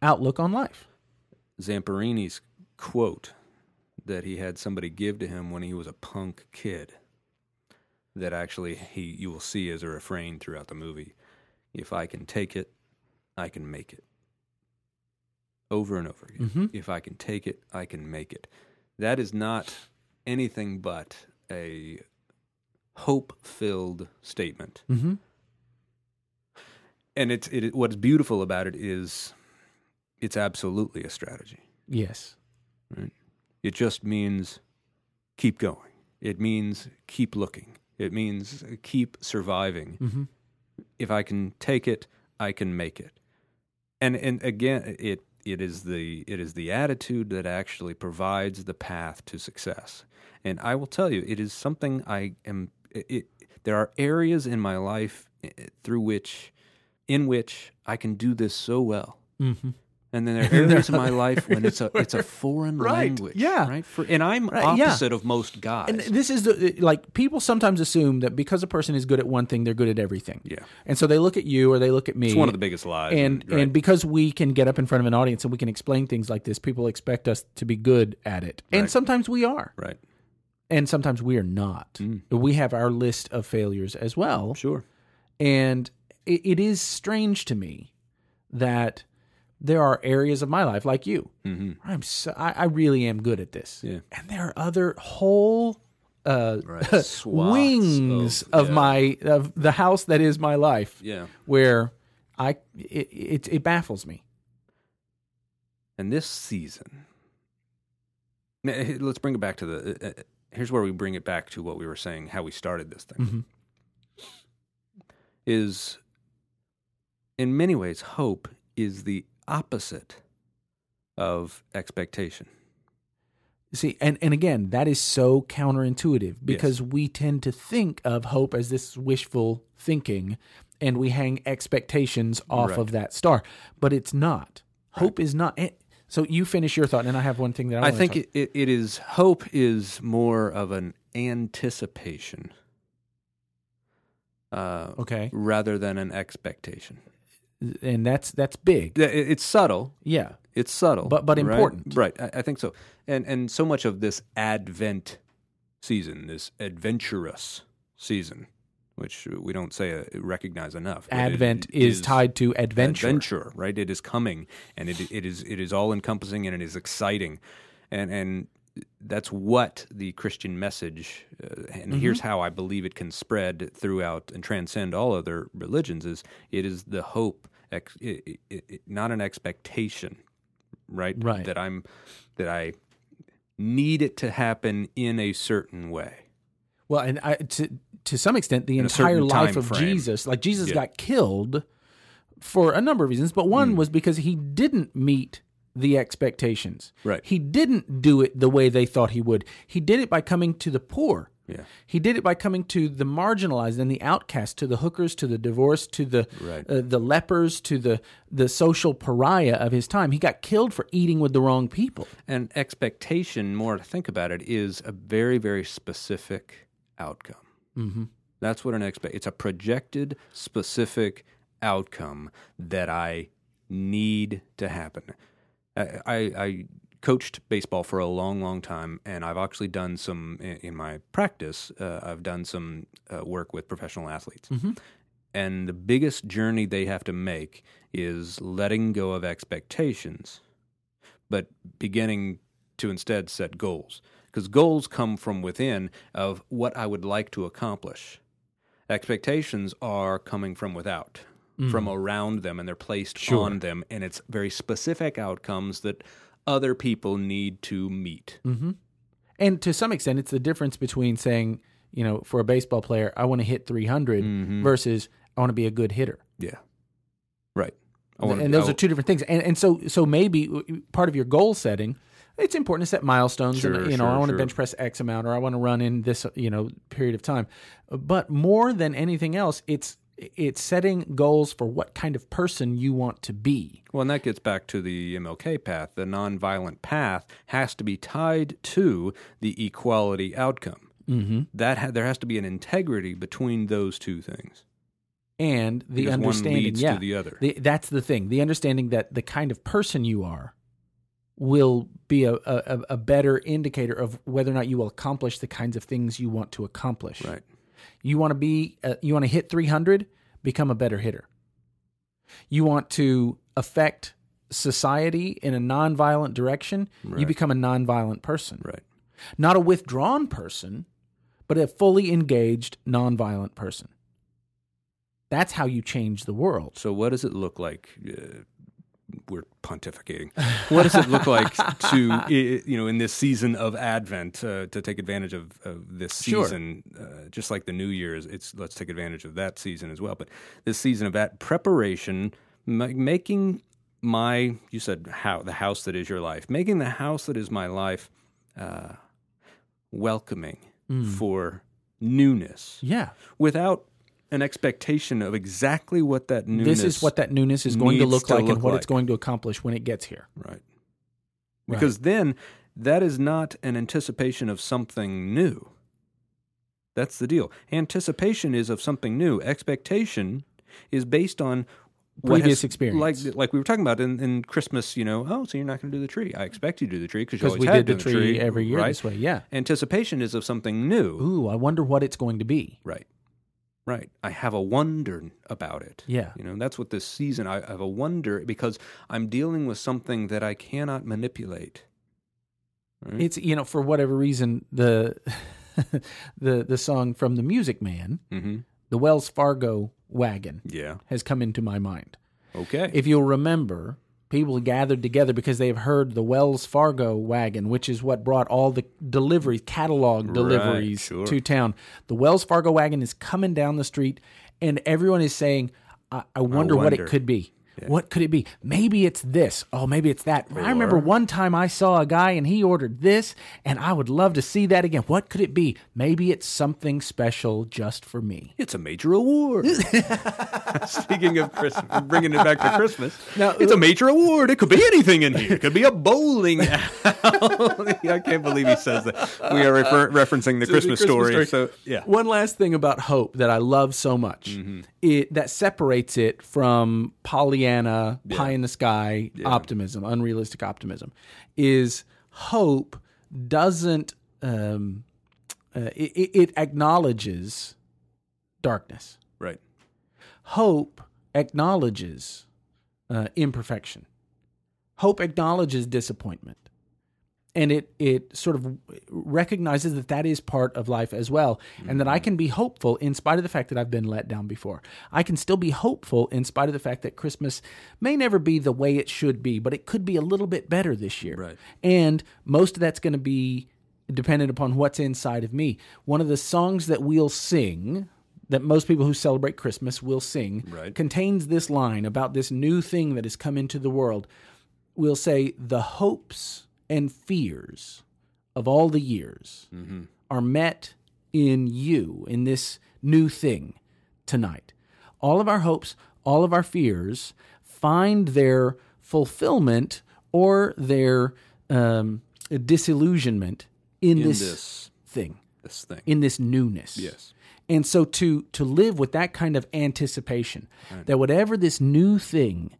S2: outlook on life.
S1: Zamperini's quote that he had somebody give to him when he was a punk kid that actually he you will see as a refrain throughout the movie if i can take it i can make it over and over again if i can take it i can make it that is not anything but a hope filled statement
S2: Mm-hmm.
S1: and it's it what's beautiful about it is it's absolutely a strategy
S2: Yes.
S1: It just means keep going. It means keep looking. It means keep surviving.
S2: Mhm.
S1: If I can take it, I can make it. And and again, it it is the it is the attitude that actually provides the path to success. And I will tell you, it is something I am. It, it, there are areas in my life eh, through which, in which I can do this so well.
S2: Mm-hmm.
S1: And
S2: *laughs*
S1: then there are areas of my life when it's a it's a foreign
S2: Right,
S1: language,
S2: yeah.
S1: right? For, and I'm
S2: Right, yeah.
S1: opposite of most guys.
S2: And this is the like people sometimes assume that because a person is good at one thing, they're good at everything.
S1: Yeah.
S2: And so they look at you or they look at me.
S1: it's one of the biggest lies.
S2: and
S1: right.
S2: and because we can get up in front of an audience and we can explain things like this, people expect us to be good at it. And sometimes we are.
S1: right,
S2: and sometimes we are not.
S1: Mm.
S2: We have our list of failures as well.
S1: sure,
S2: And it, it is strange to me that there are areas of my life like you.
S1: Mm-hmm.
S2: I'm so, I, I really am good at this.
S1: Yeah.
S2: And there are other whole uh, *laughs*
S1: right. Swaths
S2: wings of,
S1: yeah.
S2: my of the house that is my life
S1: yeah.
S2: where I it, it it baffles me.
S1: And this season, Now, eh, let's bring it back to the. Uh, here's where we bring it back to what we were saying, how we started this thing.
S2: Mhm.
S1: Is in many ways, hope is the opposite of expectation.
S2: See, and, and again, that is so counterintuitive because we tend to think of hope as this wishful thinking and we hang expectations off of that star, but it's not. Hope is not. eh, So you finish your thought, and I have one thing that I,
S1: I
S2: wanna
S1: think
S2: talk-
S1: it, it, it is hope is more of an anticipation uh,
S2: okay,
S1: rather than an expectation.
S2: and that's that's big.
S1: Th- it- It's subtle.
S2: Yeah,
S1: It's subtle,
S2: But- but
S1: right?
S2: important.
S1: Right, I, I think so. And and so much of this Advent season, this adventurous season, which we don't say uh, recognize enough. but it
S2: Advent is, tied to adventure.
S1: adventure, right? It is coming, and it it is it is all encompassing, and it is exciting, and and that's what the Christian message, uh, and
S2: Mm-hmm.
S1: here's how I believe it can spread throughout and transcend all other religions is it is the hope, ex, i i i not an expectation, right?
S2: Right.
S1: That I'm that I need it to happen in a certain way.
S2: Well, and I, to to some extent, the
S1: a
S2: entire
S1: certain
S2: life
S1: time
S2: of
S1: frame.
S2: Jesus, like Jesus,
S1: Yeah. Hmm.
S2: got killed for a number of reasons, but one was because he didn't meet the expectations.
S1: Right.
S2: He didn't do it the way they thought he would. He did it by coming to the poor.
S1: Yeah.
S2: He did it by coming to the marginalized and the outcast, to the hookers, to the divorced, to the
S1: Right.
S2: uh, the lepers, to the the social pariah of his time. He got killed for eating with the wrong people.
S1: And expectation, more to think about it, is a very, very specific outcome. That's what an expect. It's a projected, specific outcome that I need to happen. I, I, I coached baseball for a long, long time, and I've actually done some in, in my practice. Uh, I've done some uh, work with professional athletes, and the biggest journey they have to make is letting go of expectations, but beginning to instead set goals because goals come from within of what I would like to accomplish. Expectations are coming from without,
S2: Mm.
S1: from around them, and they're placed on them, and it's very specific outcomes that other people need to meet.
S2: Mm. And to some extent, it's the difference between saying, you know, for a baseball player, I want to hit 300
S1: Mm-hmm.
S2: versus I want to be a good hitter.
S1: Yeah, right. I wanna-
S2: And those
S1: I-
S2: are two different things. And and so so maybe part of your goal setting, it's important to set milestones.
S1: Sure,
S2: and, you know, I
S1: sure,
S2: want to
S1: sure.
S2: bench press X amount, or I want to run in this you know period of time. But more than anything else, it's it's setting goals for what kind of person you want to be.
S1: Well, and that gets back to the MLK path. The nonviolent path has to be tied to the equality outcome. Mm-hmm. That ha- there has to be an integrity between those two things.
S2: and the
S1: Because one
S2: understanding
S1: leads to
S2: yeah,
S1: the other.
S2: that's the thing the understanding that the kind of person you are will be a, a, a- a better indicator of whether or not you will accomplish the kinds of things you want to accomplish
S1: Right.
S2: you want to be uh, you want to hit 300 become a better hitter you want to affect society in a nonviolent direction you
S1: Right.
S2: become a nonviolent person
S1: Right.
S2: not a withdrawn person, but a fully engaged, nonviolent person. That's how you change the world.
S1: So, what does it look like? Uh, we're pontificating. What does it look like to i- you know in this season of Advent uh, to take advantage of, of this
S2: Sure.
S1: season? Uh, just like the New Year's, it's let's take advantage of that season as well. But this season of that preparation, ma- making my you said how the house that is your life, making the house that is my life uh, welcoming for newness
S2: Yeah.
S1: without an expectation of exactly what that newness
S2: This is what that newness is going to
S1: needs
S2: look
S1: to
S2: like
S1: look
S2: and what
S1: like.
S2: it's going to accomplish when it gets here.
S1: right because then that is not an anticipation of something new that's the deal anticipation is of something new expectation is based on what
S2: Previous
S1: has-
S2: experience.
S1: like like we were talking about in, in Christmas, you know. Oh, so you're not going to do the tree? I expect you to do the tree because you
S2: Because
S1: always
S2: we
S1: had
S2: did the
S1: done
S2: tree, every year
S1: right?
S2: this way. Yeah.
S1: Anticipation is of something new,
S2: Ooh, I wonder what it's going to be.
S1: right? Right. I have a wonder about it.
S2: Yeah.
S1: You know, that's what this season I I have a wonder because I'm dealing with something that I cannot manipulate. Right?
S2: It's you know, for whatever reason, the *laughs* the the song from the music man,
S1: mm-hmm.
S2: the Wells Fargo wagon,
S1: Yeah.
S2: has come into my mind.
S1: Okay.
S2: if you'll remember, people gathered together because they have heard the Wells Fargo wagon, which is what brought all the deliveries, catalog deliveries
S1: sure.
S2: to town. The Wells Fargo wagon is coming down the street, and everyone is saying, I, I, wonder, what
S1: wonder.
S2: it could be. What could it be? Maybe it's this. Oh, maybe it's that. I remember one time I saw a guy and he ordered this, and I would love to see that again. What could it be? Maybe it's something special just for me.
S1: it's a major award. Speaking of Christmas, bringing it back to Christmas,
S2: Now-
S1: it's a major award. It could be anything in here. It could be a bowling. alley. I can't believe he says that. We are refer- referencing the Christmas, story. So yeah, Mm-hmm.
S2: One last thing about hope that I love so much, it that separates it from Pollyanna, pie in the sky optimism, unrealistic optimism, is hope doesn't um, uh, it, it- it acknowledges darkness.
S1: right.
S2: Hope acknowledges uh, imperfection. Hope acknowledges disappointment. And it, it sort of recognizes that that is part of life as well, and that I can be hopeful in spite of the fact that I've been let down before. I can still be hopeful in spite of the fact that Christmas may never be the way it should be, but it could be a little bit better this year.
S1: Right.
S2: And most of that's going to be dependent upon what's inside of me. One of the songs that we'll sing, that most people who celebrate Christmas will sing,
S1: Right.
S2: contains this line about this new thing that has come into the world. We'll say, The hopes and fears of all the years are met in you, in this new thing tonight. All of our hopes, all of our fears find their fulfillment or their um, disillusionment in,
S1: In
S2: this,
S1: this
S2: thing,
S1: this thing.
S2: in this newness.
S1: Yes.
S2: And so to to live with that kind of anticipation that whatever this new thing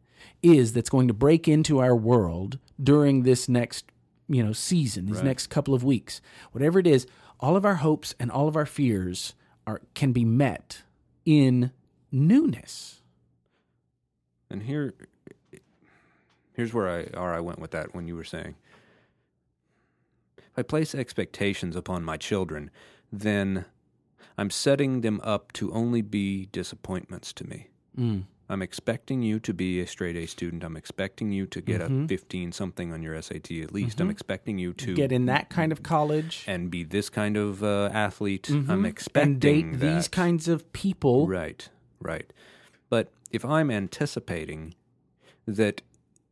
S2: is that's going to break into our world during this next you know season these next couple of weeks whatever it is all of our hopes and all of our fears are can be met in newness
S1: And here, here's where I or I went with that when you were saying, if I place expectations upon my children, then I'm setting them up to only be disappointments to me.
S2: Mm.
S1: I'm expecting you to be a straight A student. I'm expecting you to get
S2: Mm-hmm.
S1: a 15 something on your SAT at least. I'm expecting you to
S2: get in that kind of college
S1: and be this kind of uh, athlete. I'm expecting
S2: Mm-hmm. and date
S1: that.
S2: these kinds of people
S1: Right, right. But if I'm anticipating that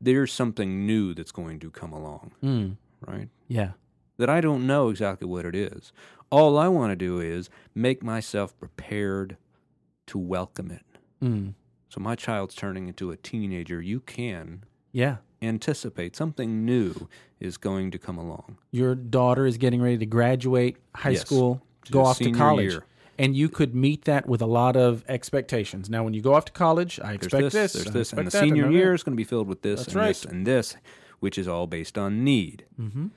S1: there's something new that's going to come along, right?
S2: Mm. yeah
S1: That I don't know exactly what it is. All I want to do is make myself prepared to welcome it.
S2: Mm.
S1: So my child's turning into a teenager. You can
S2: yeah
S1: anticipate something new is going to come along.
S2: your daughter is getting ready to graduate high
S1: Yes.
S2: school,
S1: She's
S2: go
S1: a
S2: off to
S1: senior
S2: college.
S1: year.
S2: And you could meet that with a lot of expectations. Now, when you go off to college, I
S1: There's
S2: expect
S1: this,
S2: this. I
S1: there's this, and the
S2: expect that,
S1: senior
S2: another-
S1: year is going to be filled with this
S2: That's
S1: and this and this, which is all based on need.
S2: Mhm.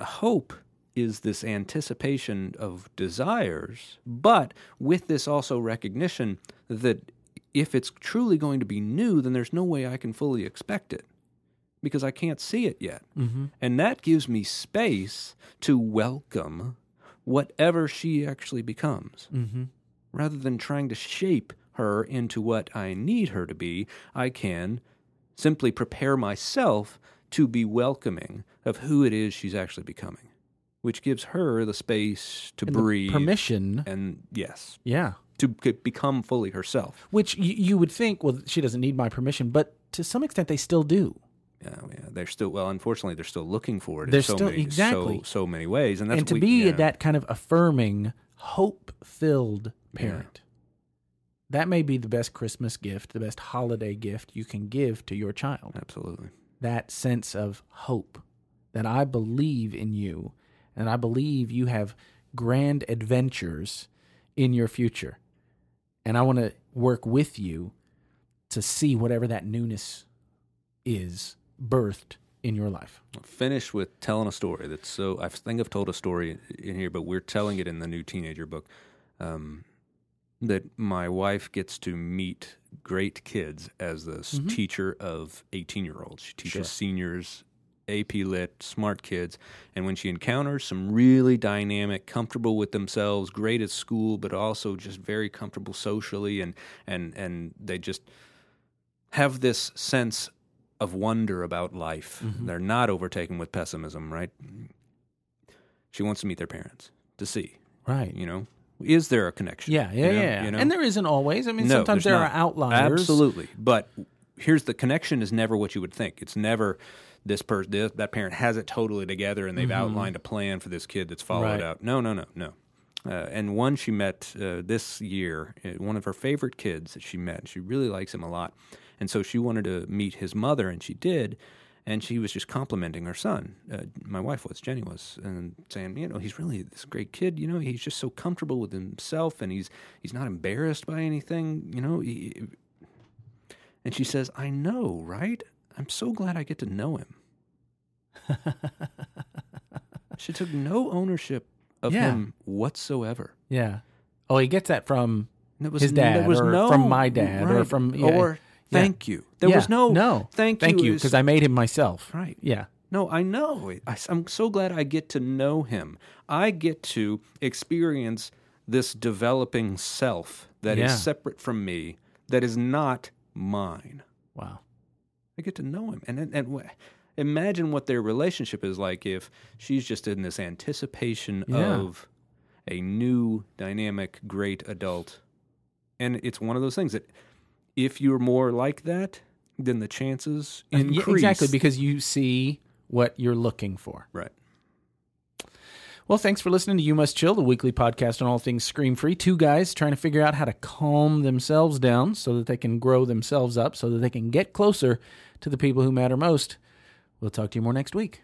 S1: Uh, Hope is this anticipation of desires, but with this also recognition that if it's truly going to be new, then there's no way I can fully expect it because I can't see it yet.
S2: mm-hmm,
S1: And that gives me space to welcome whatever she actually becomes.
S2: mm-hmm.
S1: Rather than trying to shape her into what I need her to be, I can simply prepare myself to be welcoming of who it is she's actually becoming, which gives her the space to
S2: And the
S1: breathe
S2: permission.
S1: and, yes,
S2: Yeah.
S1: to c- become fully herself.
S2: Which you, you would think, well, she doesn't need my permission, but to some extent, they still do.
S1: Yeah, yeah, they're still well. Unfortunately, they're still looking for it in
S2: They're
S1: so
S2: still-
S1: many,
S2: exactly.
S1: so so many ways, and that's
S2: and to
S1: we-
S2: be
S1: yeah.
S2: that kind of affirming, hope filled parent, that may be the best Christmas gift, the best holiday gift you can give to your child.
S1: absolutely.
S2: that sense of hope that I believe in you and I believe you have grand adventures in your future. And I want to work with you to see whatever that newness is birthed in your life.
S1: finish with telling a story that's so i think i've told a story in here but we're telling it in the new teenager book um, that my wife gets to meet great kids as the s teacher of 18 year olds she teaches seniors ap lit smart kids and when she encounters some really dynamic comfortable with themselves great at school but also just very comfortable socially and and and they just have this sense of wonder about life.
S2: Mm-hmm.
S1: They're not overtaken with pessimism, right? She wants to meet their parents to see,
S2: Right.
S1: you know, is there a connection?
S2: Yeah, yeah,
S1: You know-
S2: yeah.
S1: you know?
S2: And there isn't always. I mean,
S1: No,
S2: sometimes there
S1: there's
S2: are
S1: not.
S2: outliers.
S1: Absolutely, but here's the connection is never what you would think. It's never this person that parent has it totally together and they've outlined a plan for this kid that's followed
S2: Right.
S1: out. No, no, no, no. Uh, and one she met uh, this year, uh, one of her favorite kids that she met. She really likes him a lot, and so she wanted to meet his mother, and she did. And she was just complimenting her son. Uh, my wife was, Jenny was, and saying, you know, he's really this great kid. You know, he's just so comfortable with himself, and he's he's not embarrassed by anything. You know, he, and she says, I know, right? I'm so glad I get to know
S2: *laughs*
S1: him. she took no ownership of
S2: Yeah.
S1: him whatsoever.
S2: Yeah. Oh, he gets that from
S1: And it was,
S2: His dad
S1: there was
S2: or
S1: no,
S2: from my dad or
S1: right,
S2: from- yeah.
S1: or
S2: Yeah.
S1: thank you. There
S2: Yeah.
S1: was no
S2: no
S1: thank,
S2: Thank you
S1: is-
S2: because I made him myself.
S1: right.
S2: Yeah.
S1: No, I know. It- I, am so glad I get to know him. I get to experience this developing self that is
S2: Yeah.
S1: separate from me, that is not mine.
S2: Wow.
S1: I get to know him, and and, and wh- imagine what their relationship is like if she's just in this anticipation
S2: Yeah.
S1: of a new dynamic, great adult, and it's one of those things that if you're more like that, then the chances
S2: Uh, Yeah,
S1: increase.
S2: exactly because you see what you're looking for.
S1: right.
S2: Well, thanks for listening to You Must Chill, the weekly podcast on all things scream free. Two guys trying to figure out how to calm themselves down so that they can grow themselves up, so that they can get closer to the people who matter most. We'll talk to you more next week.